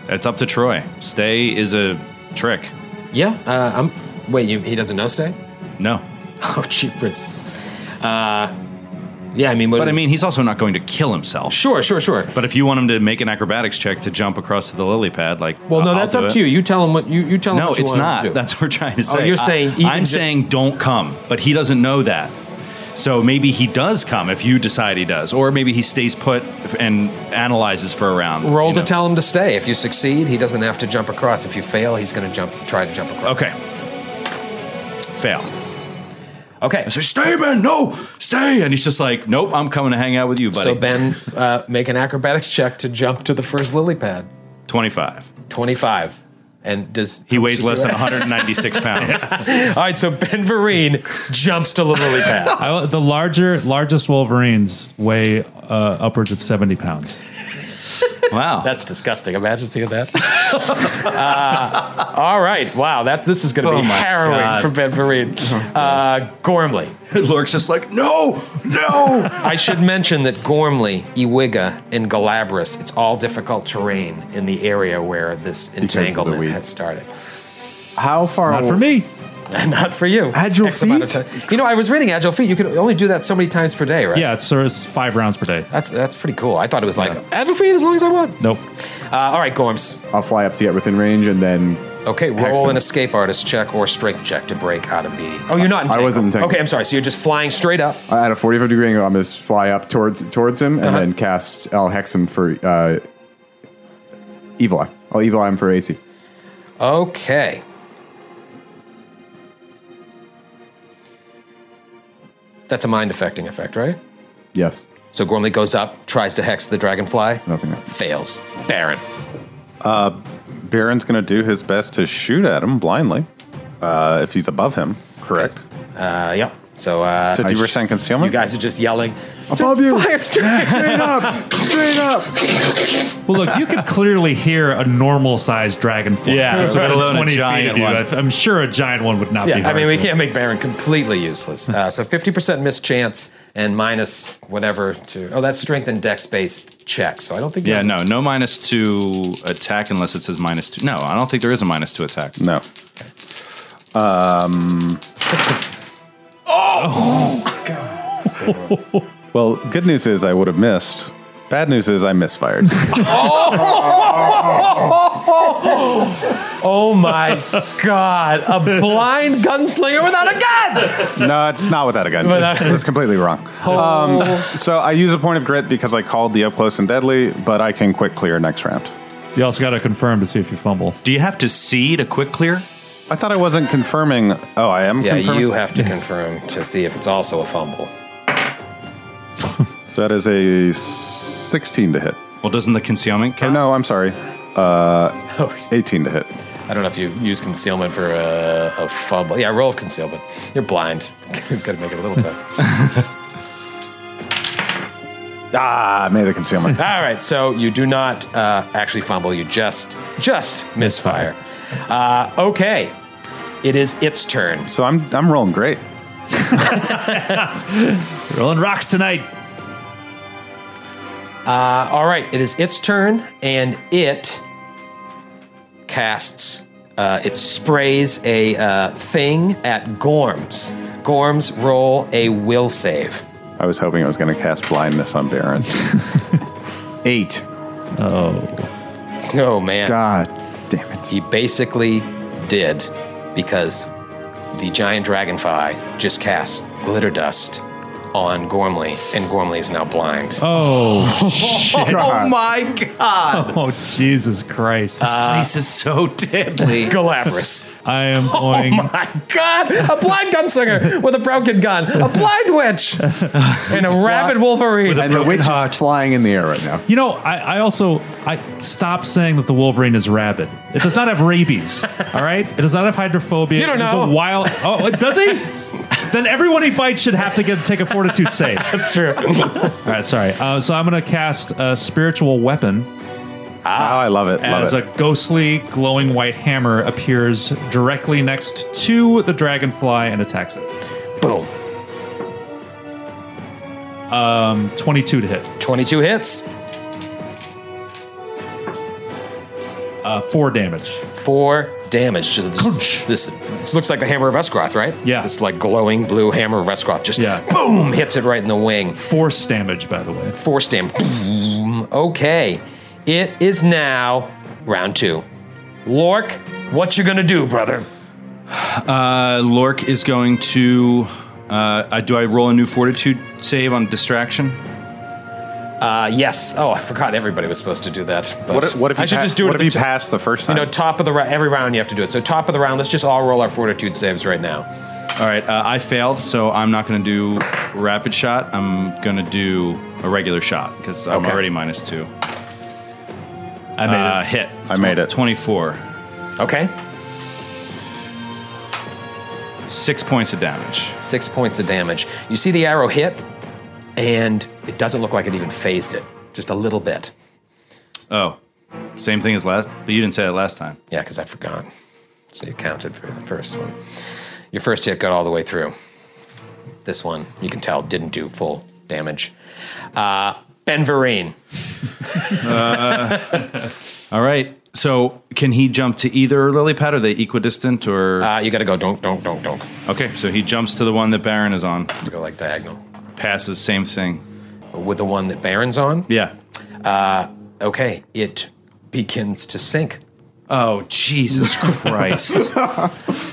Speaker 8: it's up to Troy. Stay is a trick.
Speaker 3: Yeah. Uh, I'm. Wait. You, he doesn't know stay. (laughs)
Speaker 8: No.
Speaker 3: Oh, jeepers. Uh, yeah. I mean. What
Speaker 8: But I
Speaker 3: is-
Speaker 8: mean, he's also not going to kill himself.
Speaker 3: Sure. Sure. Sure.
Speaker 8: But if you want him to make an acrobatics check to jump across to the lily pad, like
Speaker 3: Well, no,
Speaker 8: I'll
Speaker 3: that's
Speaker 8: do
Speaker 3: up
Speaker 8: it.
Speaker 3: to you. You tell him what you you tell him.
Speaker 8: No,
Speaker 3: what you
Speaker 8: it's
Speaker 3: want him to
Speaker 8: not.
Speaker 3: do. Oh,
Speaker 8: That's what we're trying to say.
Speaker 3: you're
Speaker 8: I-
Speaker 3: saying even
Speaker 8: I'm
Speaker 3: just-
Speaker 8: saying don't come, but he doesn't know that. So maybe he does come if you decide he does, or maybe he stays put and analyzes for a round.
Speaker 3: roll
Speaker 8: you
Speaker 3: to
Speaker 8: know.
Speaker 3: tell him to stay. If you succeed, he doesn't have to jump across. If you fail, he's going to jump. Try to jump across.
Speaker 8: Okay. Fail.
Speaker 3: Okay.
Speaker 8: So stay, Ben. No, stay. And he's just like, nope. I'm coming to hang out with you, buddy.
Speaker 3: So Ben, uh, make an acrobatics check to jump to the first lily pad.
Speaker 8: twenty-five.
Speaker 3: Twenty-five. And does Oh, (laughs)
Speaker 8: He weighs less than
Speaker 3: All
Speaker 8: 196
Speaker 3: (laughs)
Speaker 8: pounds.
Speaker 3: right, so Ben Vereen jumps to the lily pad.
Speaker 6: I, the larger largest wolverines weigh uh, upwards of 70 pounds.
Speaker 3: (laughs)
Speaker 8: Wow.
Speaker 3: That's disgusting. Imagine seeing that. Uh, all right. Wow. That's this is going to be harrowing for Ben Vereen. Uh, Gormley.
Speaker 8: Lork's just like, no, (laughs) no.
Speaker 3: I should mention that Gormley, Iwiga, and Galabras, it's all difficult terrain in the area where this
Speaker 10: of the
Speaker 3: entanglement
Speaker 10: weeds.
Speaker 3: has started. (laughs)
Speaker 10: How far?
Speaker 3: Oh.
Speaker 6: Not for me.
Speaker 3: Not for you.
Speaker 10: Agile
Speaker 3: amount of
Speaker 10: feet?
Speaker 3: time. You know, I was reading Agile Feet. You can only do that so many times per day, right?
Speaker 6: Yeah, it's, so it's five rounds per day.
Speaker 3: That's that's pretty cool. I thought it was like Agile Feet as long as I want.
Speaker 6: Nope.
Speaker 3: Uh, all right, Gorms.
Speaker 10: I'll fly up to get within range and then.
Speaker 3: Okay, roll
Speaker 10: Excellent.
Speaker 3: an escape artist check or strength check to break out of the. Oh, you're not. Entangled.
Speaker 10: wasn't entangled.
Speaker 3: Okay, I'm sorry. So you're just flying straight up.
Speaker 10: uh, At a 45 degree angle, I'm just fly up towards towards him and then cast. I'll hex him for uh, evil eye. I'll evil eye him for AC.
Speaker 3: Okay. That's a mind affecting effect, right?
Speaker 10: Yes.
Speaker 3: So Gormley goes up, tries to hex the dragonfly,
Speaker 10: Nothing. else.
Speaker 3: fails. Baron.
Speaker 2: Baron's going to do his best to shoot at him blindly uh, if he's above him. Correct.
Speaker 3: Uh, yep. So uh,
Speaker 2: Fifty percent
Speaker 3: you
Speaker 2: concealment.
Speaker 3: guys are just yelling.
Speaker 10: Above you.
Speaker 3: Fire straight.
Speaker 10: Straight up. Straight up.
Speaker 6: Well, look, you could clearly hear a normal sized dragonfly.
Speaker 8: Yeah,
Speaker 6: It's
Speaker 8: let
Speaker 6: within
Speaker 8: alone a
Speaker 6: 20 feet
Speaker 8: giant
Speaker 6: of you.
Speaker 8: one.
Speaker 6: I- I'm sure a giant one would not be.
Speaker 3: yeah, I
Speaker 6: hard
Speaker 3: mean, we
Speaker 6: to-
Speaker 3: can't make Baron completely useless. Uh, so 50% mischance and minus whatever to. Oh, that's strength and dex based check. So I don't think.
Speaker 8: Yeah, no, no minus two attack unless it says minus two. No, I don't think there is a minus two attack.
Speaker 2: no. Um. oh. God. well, good news is I would have missed. Bad news is I misfired.
Speaker 7: oh my god! A blind gunslinger without a gun.
Speaker 2: no, it's not without a gun.
Speaker 7: Without-
Speaker 2: That's completely wrong.
Speaker 7: Oh.
Speaker 2: Um, so I use a point of grit because I called the up close and deadly, but I can quick clear next round.
Speaker 6: You also got to confirm to see if you fumble.
Speaker 8: Do you have to see to quick clear?
Speaker 2: I thought I wasn't confirming. Oh, I am.
Speaker 3: Yeah,
Speaker 2: confirming.
Speaker 3: you have to confirm to see if it's also a fumble.
Speaker 2: That is a 16 to hit.
Speaker 8: Well, doesn't the concealment count?
Speaker 2: no, I'm sorry. Uh, 18 to hit.
Speaker 3: I don't know if you use concealment for a, a fumble. Yeah, roll concealment. You're blind. (laughs) Gotta make it a little tough.
Speaker 2: Ah, I made a concealment.
Speaker 3: (laughs) All right, so you do not uh, actually fumble. You just just misfire. Uh, okay, it is its turn.
Speaker 2: So I'm I'm rolling great.
Speaker 6: Rolling rocks tonight.
Speaker 3: Uh, all right, it is its turn, and it casts. Uh, it sprays a uh, thing at Gorms. Gorms roll a will save.
Speaker 2: I was hoping it was going to cast blindness on Baron.
Speaker 3: Ah,
Speaker 10: Eight.
Speaker 6: Oh,
Speaker 3: (laughs) Oh man.
Speaker 10: God damn it.
Speaker 3: He basically did because the giant dragonfly just cast glitter dust on Gormley, and Gormley is now blind.
Speaker 6: oh,
Speaker 3: (laughs)
Speaker 6: shit!
Speaker 4: Oh my god!
Speaker 6: (laughs) Oh, Jesus Christ!
Speaker 4: this is so
Speaker 3: (laughs)
Speaker 4: deadly.
Speaker 3: Galabras.
Speaker 6: I am going.
Speaker 3: My God! A blind gunslinger with a broken gun, a blind witch, (laughs) and a rabid wolverine.
Speaker 10: And the witch is flying in the air right now.
Speaker 6: You know, I, I also I stop saying that the Wolverine is rabid. It does not have rabies. all right, it does not have hydrophobia.
Speaker 3: You don't
Speaker 6: it is
Speaker 3: know.
Speaker 6: A wild. Oh, it- does he? then everyone he fights should have to get take a fortitude save. That's true. all right, sorry. Uh, so I'm going to cast a spiritual weapon
Speaker 2: oh, I love it. Love
Speaker 6: as
Speaker 2: it.
Speaker 6: a ghostly glowing white hammer appears directly next to the dragonfly and attacks it.
Speaker 3: Boom!
Speaker 6: 22 to hit.
Speaker 3: Twenty-two hits,
Speaker 6: Uh, four damage.
Speaker 3: four damage to this. This, this looks like the hammer of Escroth, right?
Speaker 6: Yeah.
Speaker 3: This like glowing blue hammer of Escroth just
Speaker 6: Yeah.
Speaker 3: boom hits it right in the wing.
Speaker 6: Force damage, by the way.
Speaker 3: force damage. Boom. Okay, it is now round two. Lork, what you gonna do, brother?
Speaker 8: Uh, Lork is going to. Uh, I- do I roll a new fortitude save on distraction?
Speaker 3: Uh, yes. Oh, I forgot everybody was supposed to do that. But
Speaker 2: What, if- what if you
Speaker 3: I should
Speaker 2: pa-
Speaker 3: just do it.
Speaker 2: What
Speaker 3: at
Speaker 2: if you
Speaker 3: the to-
Speaker 2: passed the first
Speaker 3: You
Speaker 2: time?
Speaker 3: know, top of the round. Every round you have to do it. So top of the round. Let's just all roll our fortitude saves right now.
Speaker 8: All right, uh, I failed, so I'm not going to do rapid shot. I'm going to do a regular shot because I'm
Speaker 3: Okay.
Speaker 8: already minus two.
Speaker 6: I made
Speaker 8: Uh,
Speaker 6: it.
Speaker 8: hit.
Speaker 2: I made it.
Speaker 8: 24.
Speaker 3: Okay.
Speaker 8: Six points of damage.
Speaker 3: Six points of damage. You see the arrow hit, and it doesn't look like it even phased it. Just a little bit.
Speaker 8: Oh, same thing as last, but you didn't say that last time.
Speaker 3: Yeah, because I forgot. So you counted for the first one. Your first hit got all the way through. This one, you can tell, didn't do full damage. Uh, ben Vereen.
Speaker 8: All right, so can he jump to either lily pad? Are they equidistant or?
Speaker 3: Uh, you got to go donk, donk, donk, donk.
Speaker 8: okay, so he jumps to the one that Baron is on.
Speaker 3: Go like diagonal.
Speaker 8: Passes, same thing.
Speaker 3: With the one that Baron's on,
Speaker 8: Yeah.
Speaker 3: okay, it begins to sink.
Speaker 8: Oh,
Speaker 3: (laughs)
Speaker 8: Jesus Christ.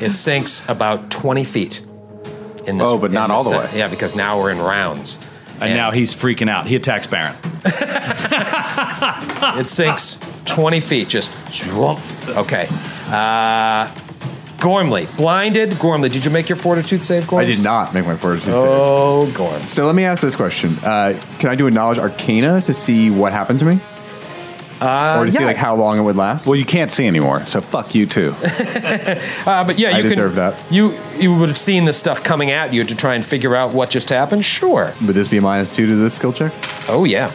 Speaker 3: It sinks about 20 feet. In this,
Speaker 2: Oh, but
Speaker 3: in
Speaker 2: not
Speaker 3: this
Speaker 2: all the
Speaker 3: set.
Speaker 2: way.
Speaker 3: Yeah, because now we're in rounds.
Speaker 8: and now he's freaking out. He attacks Baron.
Speaker 3: It sinks 20 feet, just swump. Okay. Uh, Gormley, blinded. Gormley, did you make your fortitude save, Gormley?
Speaker 10: I did not make my fortitude save.
Speaker 3: Oh, Gorms.
Speaker 10: So let me ask this question: uh, Can I do a knowledge arcana to see what happened to me, uh, or to see
Speaker 3: yeah.
Speaker 10: like how long it would last?
Speaker 2: well, you can't see anymore, so fuck
Speaker 3: (laughs)
Speaker 2: you too.
Speaker 3: Uh, but yeah,
Speaker 10: I
Speaker 3: you could-
Speaker 10: deserve that.
Speaker 3: You you would have seen this stuff coming at you to try and figure out what just happened. Sure.
Speaker 10: would this be a minus two to this skill check?
Speaker 3: Oh yeah.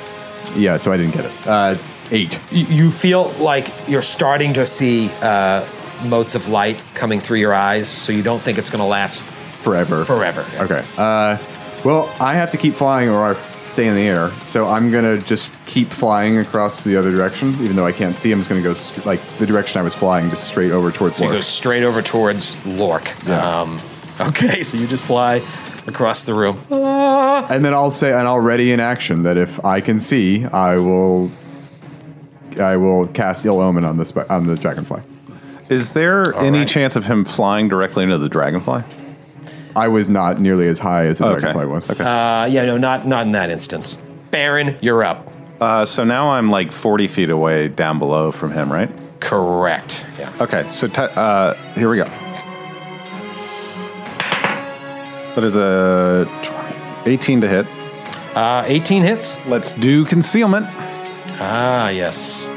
Speaker 10: Yeah, so I didn't get it. Uh, eight.
Speaker 3: You, you feel like you're starting to see uh, motes of light coming through your eyes, so you don't think it's going to last
Speaker 10: Forever.
Speaker 3: forever.
Speaker 10: Okay. Uh, well, I have to keep flying, or our stay in the air. So I'm gonna just keep flying across the other direction, even though I can't see. I'm just gonna go st- like the direction I was flying, just straight over towards.
Speaker 3: So you
Speaker 10: Lork.
Speaker 3: go straight over towards Lork. Um, okay, so you just fly across the room.
Speaker 10: And then I'll say, and I'll ready in action that if I can see, I will, I will cast ill omen on the sp- on the dragonfly.
Speaker 2: Is there any chance of him flying directly into the dragonfly?
Speaker 10: I was not nearly as high as the
Speaker 2: Okay.
Speaker 10: dragonfly was.
Speaker 2: Okay.
Speaker 3: Uh, yeah, no, not not in that instance. Baron, you're up.
Speaker 2: Uh, so now I'm like 40 feet away down below from him, right?
Speaker 3: Correct. Yeah.
Speaker 2: Okay, so t- uh, here we go. That is a 20, 18 to hit.
Speaker 3: Uh, 18 hits.
Speaker 2: Let's do concealment.
Speaker 3: Ah, yes.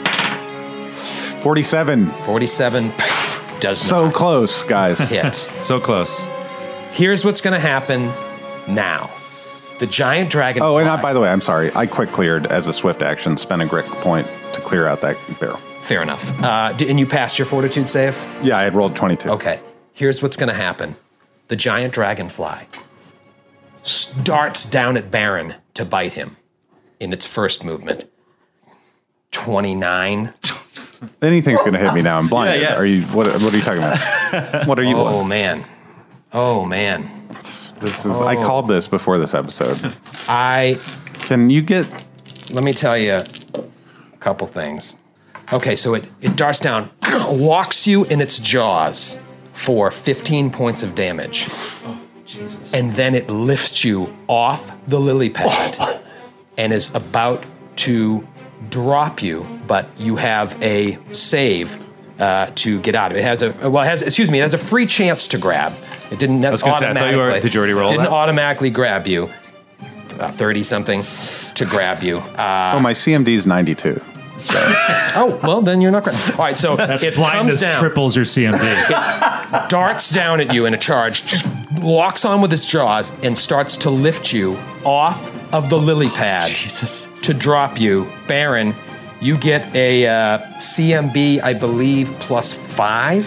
Speaker 2: 47.
Speaker 3: 47 (laughs) does
Speaker 2: So
Speaker 3: not
Speaker 2: close, guys.
Speaker 3: hit.
Speaker 8: So close.
Speaker 3: Here's what's going to happen now. The giant dragon.
Speaker 2: Oh, and I, by the way, I'm sorry. I quick cleared as a swift action, spent a grit point to clear out that barrel.
Speaker 3: Fair enough. Uh, d- and you passed your fortitude save?
Speaker 2: Yeah, I had rolled 22.
Speaker 3: Okay, here's what's going to happen the giant dragonfly starts down at Baron to bite him in its first movement. 29.
Speaker 2: Anything's going to hit me now. I'm blinded.
Speaker 8: Yeah, yeah.
Speaker 2: Are you? What, what are you talking about? what are you?
Speaker 3: Oh, man. Oh, man.
Speaker 2: This is. I called this before this episode.
Speaker 3: I,
Speaker 2: Can you get?
Speaker 3: let me tell you a couple things. Okay, so it, it darts down, (clears throat) locks you in its jaws for 15 points of damage.
Speaker 8: Oh,
Speaker 3: and then it lifts you off the lily
Speaker 8: Oh.
Speaker 3: pad (laughs) and is about to drop you, but you have a save uh, to get out of it. It has a well, it has excuse me, it has a free chance to grab. It didn't that's
Speaker 8: gonna say, I
Speaker 3: automatically.
Speaker 8: thought you were- did you already roll
Speaker 3: Didn't
Speaker 8: that?
Speaker 3: automatically grab you. Uh, Thirty something to grab you. Uh,
Speaker 2: oh, my CMD's 92.
Speaker 3: oh well, then you're not. Gra- All right, so it comes
Speaker 6: Blindness
Speaker 3: down.
Speaker 6: triples
Speaker 8: (laughs)
Speaker 6: your CMD.
Speaker 3: darts down at you in a charge, just locks on with its jaws, and starts to lift you off of the lily pad. Jesus. To drop you. Baron, you get a uh, CMB, I believe, plus five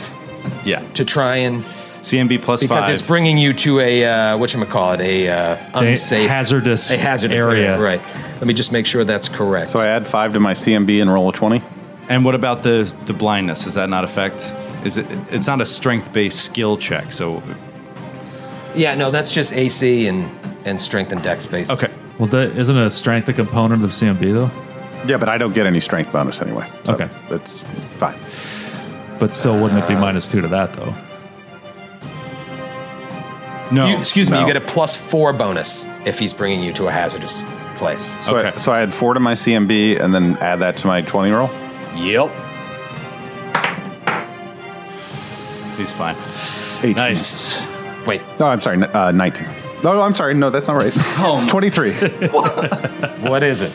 Speaker 8: Yeah.
Speaker 3: to try and.
Speaker 8: CMB plus
Speaker 3: Because
Speaker 8: five.
Speaker 3: it's bringing you to a, uh, whatchamacallit, a uh, unsafe.
Speaker 6: hazardous
Speaker 3: a hazardous
Speaker 6: area.
Speaker 3: Right. Let me just make sure that's correct.
Speaker 2: So I add five to my CMB and roll a 20.
Speaker 8: and what about the the blindness? Does that not affect? Is it? It's not a strength based skill check. So
Speaker 3: yeah, no, that's just AC and, and strength and dex based.
Speaker 8: okay.
Speaker 6: well, that, isn't a strength a component of CMB though?
Speaker 2: Yeah, but I don't get any strength bonus anyway. So
Speaker 6: Okay.
Speaker 2: That's fine.
Speaker 6: But still, wouldn't it be minus two to that though?
Speaker 8: Oh, No.
Speaker 3: You, excuse me,
Speaker 2: No.
Speaker 3: you get a plus four bonus if he's bringing you to a hazardous place.
Speaker 2: So, I,
Speaker 8: Okay.
Speaker 2: so I add four to my CMB and then add that to my 20 roll.
Speaker 3: Yep.
Speaker 8: He's fine.
Speaker 2: 18.
Speaker 8: Nice.
Speaker 3: Wait,
Speaker 2: No, I'm sorry. n- Uh, 19. No, I'm sorry. No, that's not
Speaker 6: (laughs)
Speaker 2: right.
Speaker 6: Oh,
Speaker 2: it's (laughs) 23.
Speaker 3: what is it?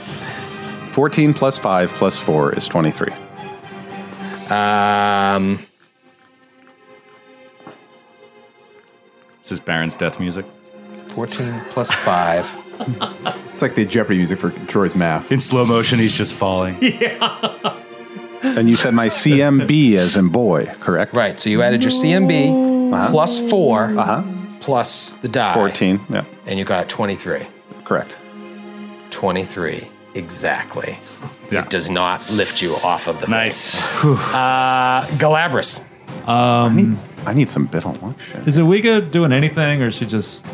Speaker 2: 14 plus 5 plus 4 is 23.
Speaker 3: Um,
Speaker 8: This is Baron's death music.
Speaker 3: 14 plus 5.
Speaker 10: It's like the Jeopardy music for Troy's math.
Speaker 8: In slow motion, he's just falling.
Speaker 2: And you said my
Speaker 6: (laughs)
Speaker 2: CMB as in boy, correct?
Speaker 3: Right, so you added your CMB plus 4 plus the die.
Speaker 2: 14. Yeah,
Speaker 3: And you got 23.
Speaker 2: correct.
Speaker 3: 23, exactly.
Speaker 8: Yeah.
Speaker 3: It does not lift you off of the thing.
Speaker 8: Nice.
Speaker 3: Uh, Galabras.
Speaker 2: I need some bit on luck
Speaker 6: Is Iwiga doing anything, or is she just?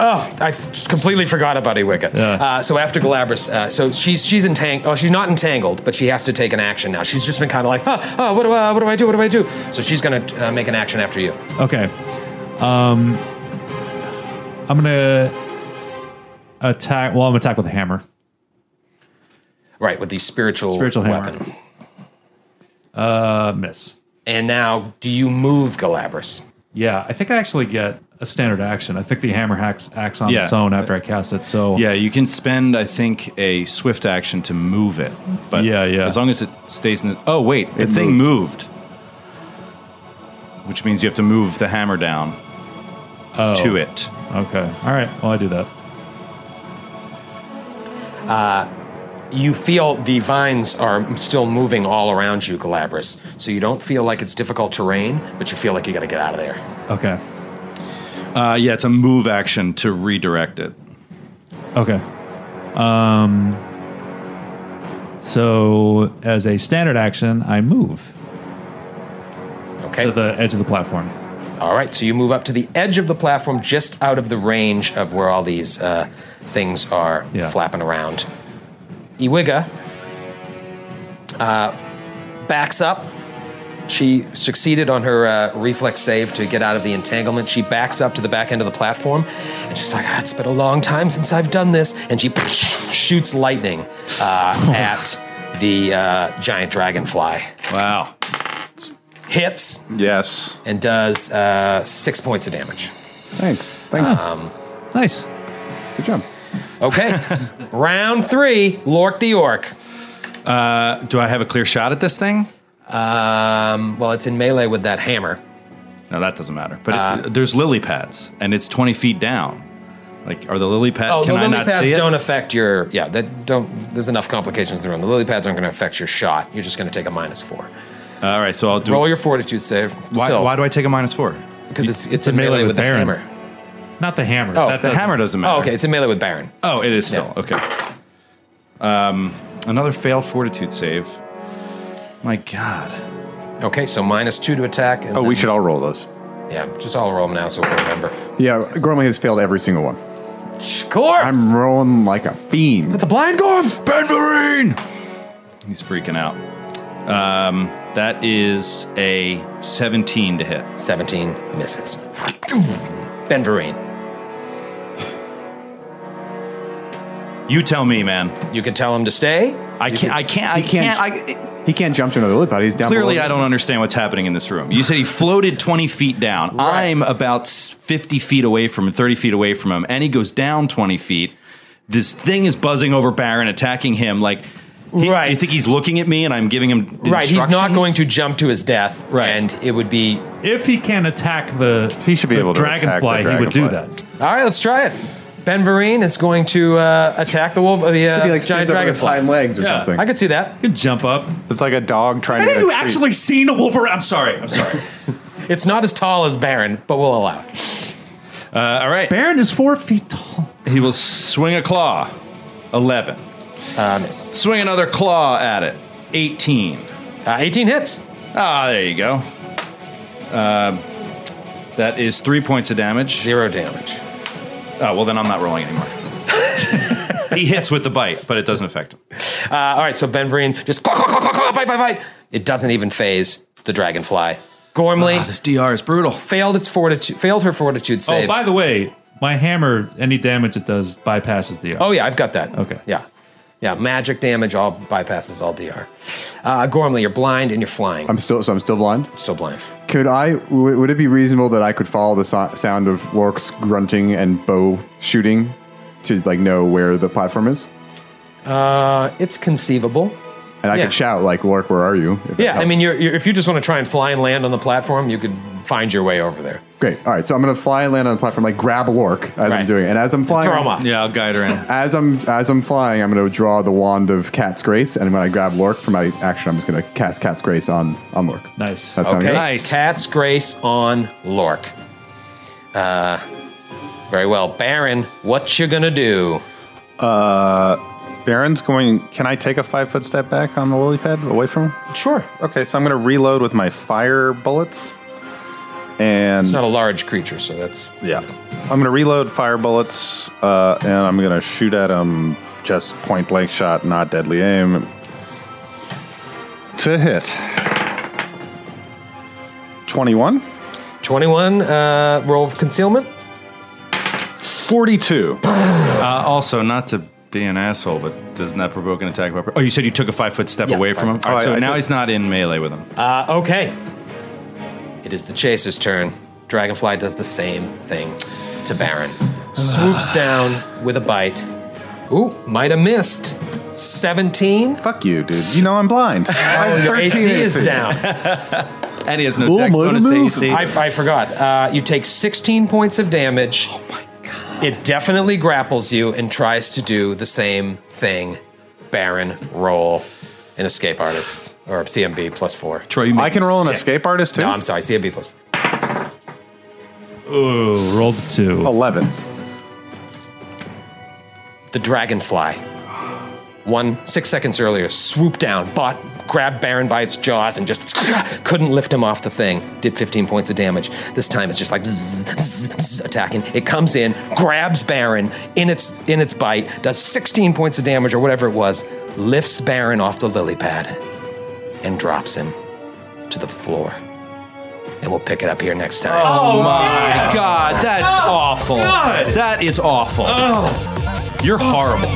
Speaker 3: Oh, I completely forgot about Iwiga. Uh, so after Galabras, uh, so she's she's entangled. Oh, she's not entangled, but she has to take an action now. She's just been kind of like, oh, oh, what do I, what do I do? What do I do? So she's gonna uh, make an action after you.
Speaker 6: Okay. Um, I'm gonna attack. Well, I'm gonna attack with a hammer.
Speaker 3: Right, with the spiritual,
Speaker 6: Spiritual hammer.
Speaker 3: weapon.
Speaker 6: Uh, miss.
Speaker 3: And now, do you move Galabras?
Speaker 6: Yeah, I think I actually get a standard action. I think the hammer hacks acts on
Speaker 8: Yeah.
Speaker 6: its own after I cast it. So
Speaker 8: Yeah, you can spend, I think, a swift action to move it. But
Speaker 6: Yeah, yeah.
Speaker 8: As long as it stays in the. Oh, wait, the thing moved. Which means you have to move the hammer down
Speaker 6: Oh.
Speaker 8: to it.
Speaker 6: Okay. All right. Well, I do that.
Speaker 3: You feel the vines are still moving all around you, Galabras. So you don't feel like it's difficult terrain, but you feel like you got to get out of there.
Speaker 6: Okay.
Speaker 8: Uh, yeah, it's a move action to redirect it.
Speaker 6: Okay. Um, so, as a standard action, I move
Speaker 3: Okay.
Speaker 6: to the edge of the platform.
Speaker 3: All right, so you move up to the edge of the platform, just out of the range of where all these uh, things are
Speaker 6: Yeah.
Speaker 3: flapping around. Iwiga uh, backs up. She succeeded on her uh, reflex save to get out of the entanglement. She backs up to the back end of the platform, and she's like, "Ah, "It's been a long time since I've done this." And she (laughs) shoots lightning uh, at the uh, giant dragonfly.
Speaker 8: Wow.
Speaker 3: Hits
Speaker 2: Yes.
Speaker 3: and does uh, six points of damage.
Speaker 10: Thanks. Thanks.
Speaker 6: Ah,
Speaker 2: Um,
Speaker 6: Nice.
Speaker 10: Ah. Good job.
Speaker 3: Okay. Round three, Lork the Orc.
Speaker 8: Do I have a clear shot at this thing?
Speaker 3: Um, well, it's in melee with that hammer.
Speaker 8: No, that doesn't matter. But
Speaker 3: Uh.
Speaker 8: it, there's lily pads, and it's 20 feet down. Like, are the lily pads?
Speaker 3: Oh,
Speaker 8: can
Speaker 3: the
Speaker 8: I
Speaker 3: lily
Speaker 8: not
Speaker 3: pads
Speaker 8: see it?
Speaker 3: don't affect your. Yeah, that don't. There's enough complications in the room. The lily pads aren't going to affect your shot. You're just going to take a minus four.
Speaker 8: All right, so I'll do.
Speaker 3: Roll your fortitude save.
Speaker 8: why, why do I take a minus four?
Speaker 3: Because it's it's in melee, with, the
Speaker 6: Baron.
Speaker 3: hammer.
Speaker 6: Not the hammer.
Speaker 3: Oh,
Speaker 8: The hammer doesn't matter.
Speaker 3: Oh, okay. It's in melee with Baron.
Speaker 8: Oh, it is still okay. Um, another failed fortitude save. My God.
Speaker 3: Okay, so minus two to attack. And
Speaker 2: Oh, we should all roll those.
Speaker 3: then- yeah, just all roll them now so we'll remember.
Speaker 10: Yeah, Gormley has failed every single one.
Speaker 3: Corpse.
Speaker 10: I'm rolling like a fiend.
Speaker 3: it's a blind corpse.
Speaker 8: Benverine! He's freaking out. Um, that is a 17 to hit.
Speaker 3: Seventeen misses. Ben Vereen.
Speaker 8: You tell me, man.
Speaker 3: You can tell him to stay.
Speaker 8: I can't. I can't. I
Speaker 10: can't-
Speaker 8: can't. I,
Speaker 10: He can't jump to another lily pad. He's down.
Speaker 8: Clearly,
Speaker 10: below.
Speaker 8: I don't understand what's happening in this room. You said he floated 20 feet down. I'm about s- 50 feet away from him, 30 feet away from him, and he goes down 20 feet. This thing is buzzing over Baron, attacking him. Like, he,
Speaker 3: Right.
Speaker 8: You think he's looking at me and I'm giving him
Speaker 3: Right, he's not
Speaker 8: instructions?
Speaker 3: going to jump to his death.
Speaker 8: Right.
Speaker 3: And it would be.
Speaker 6: If he can attack the,
Speaker 2: He should be
Speaker 6: the
Speaker 2: able to attack the
Speaker 6: dragonfly, he would do that.
Speaker 2: dragonfly.
Speaker 3: All right, let's try it. Ben Vereen is going to uh, attack the wolf, the uh,
Speaker 10: He like
Speaker 3: giant
Speaker 10: stands up on his hind
Speaker 3: dragonfly.
Speaker 10: legs or
Speaker 6: Yeah.
Speaker 10: something.
Speaker 3: I could see that.
Speaker 6: He could jump up.
Speaker 2: It's like a dog trying
Speaker 6: Have
Speaker 2: to.
Speaker 6: you
Speaker 2: get a treat.
Speaker 6: actually seen a Wolverine? I'm sorry. I'm
Speaker 2: (laughs)
Speaker 6: sorry.
Speaker 3: It's not as tall as Baron, but we'll allow it.
Speaker 8: Uh, all right.
Speaker 6: Baron is four feet tall.
Speaker 8: He will swing a claw. 11.
Speaker 3: Uh, miss.
Speaker 8: Swing another claw at it. 18.
Speaker 3: Uh, 18 hits.
Speaker 8: Ah, there you go. Uh, that is three points of damage.
Speaker 3: Zero damage.
Speaker 8: Oh, well, then I'm not rolling anymore. (laughs) he hits with the bite, but it doesn't affect him.
Speaker 3: Uh, all right, so Ben Vereen just claw, claw, claw, claw, claw, bite, bite, bite. It doesn't even phase the dragonfly. Gormley
Speaker 10: Ah,
Speaker 8: This DR is brutal.
Speaker 3: failed its fortitude, failed her fortitude save.
Speaker 6: Oh, by the way, my hammer, any damage it does bypasses the.
Speaker 3: Oh yeah, I've got that.
Speaker 6: Okay.
Speaker 3: Yeah, yeah. Magic damage all bypasses all DR. Uh, Gormley, you're blind and you're flying.
Speaker 10: I'm still so I'm still blind.
Speaker 3: still blind.
Speaker 10: Could I? W- would it be reasonable that I could follow the so- sound of Lork's grunting and bow shooting to like know where the platform is?
Speaker 3: Uh, it's conceivable.
Speaker 10: And I
Speaker 3: Yeah.
Speaker 10: could shout like, "Lork, where are you?" if it
Speaker 3: Yeah, I
Speaker 10: helps.
Speaker 3: mean, you're, you're, if you just want to try and fly and land on the platform, you could find your way over there.
Speaker 10: great. All right, so I'm gonna fly and land on the platform, like grab Lork as
Speaker 3: Right.
Speaker 10: I'm doing it, and as I'm flying,
Speaker 3: Throw him up.
Speaker 8: Yeah, I'll guide (laughs) her in. Uh,
Speaker 10: as I'm as I'm flying, I'm gonna draw the wand of Cat's Grace, and when I grab Lork for my action, I'm just gonna cast Cat's Grace on on Lork.
Speaker 6: Nice.
Speaker 10: That sound
Speaker 3: Okay.
Speaker 10: good?
Speaker 8: Nice.
Speaker 3: Cat's grace on Lork. Uh, very well, Baron. What you gonna do?
Speaker 2: Baron's going. Can I take a five foot step back on the lily pad away from him?
Speaker 3: Sure.
Speaker 2: Okay, so I'm going to reload with my fire bullets. And
Speaker 3: It's not a large creature, so that's
Speaker 2: yeah, I'm going to reload fire bullets, uh, and I'm going to shoot at him just point blank shot, not deadly aim, to hit. Twenty-one.
Speaker 3: twenty-one. Uh, roll of concealment.
Speaker 2: 42.
Speaker 8: Uh, also, not to be an asshole, but doesn't that provoke an attack? Of oppor- oh, you said you took a five foot step away from him. All right,
Speaker 2: Oh,
Speaker 8: so
Speaker 2: I- I
Speaker 8: now
Speaker 2: did.
Speaker 8: he's not in melee with him.
Speaker 3: Uh, okay. It is the chaser's turn. Dragonfly does the same thing to Baron. Swoops down with a bite. Ooh, might have missed. 17.
Speaker 2: Fuck you, dude. You know I'm blind.
Speaker 3: (laughs) Your AC is down.
Speaker 8: and he has no dex bonus to
Speaker 3: (laughs)
Speaker 8: AC.
Speaker 3: I, I forgot. Uh, you take 16 points of damage. Oh my god. It definitely grapples you and tries to do the same thing. Baron, roll an escape artist or CMB plus four.
Speaker 8: Troy, you
Speaker 2: I can roll an
Speaker 3: Sick.
Speaker 2: escape artist too.
Speaker 3: No, I'm sorry, CMB plus four. Oh,
Speaker 6: Ooh, rolled a two.
Speaker 2: 11.
Speaker 3: the dragonfly, one six seconds earlier, swooped down, bought, grabbed Baron by its jaws, and just (sniffs) couldn't lift him off the thing. Did 15 points of damage. This time it's just like zzz, zzz, zzz, attacking. It comes in, grabs Baron in its in its bite, does 16 points of damage or whatever it was, lifts Baron off the lily pad, and drops him to the floor. And we'll pick it up here next time.
Speaker 4: Oh my god, that's awful. That is awful. You're horrible.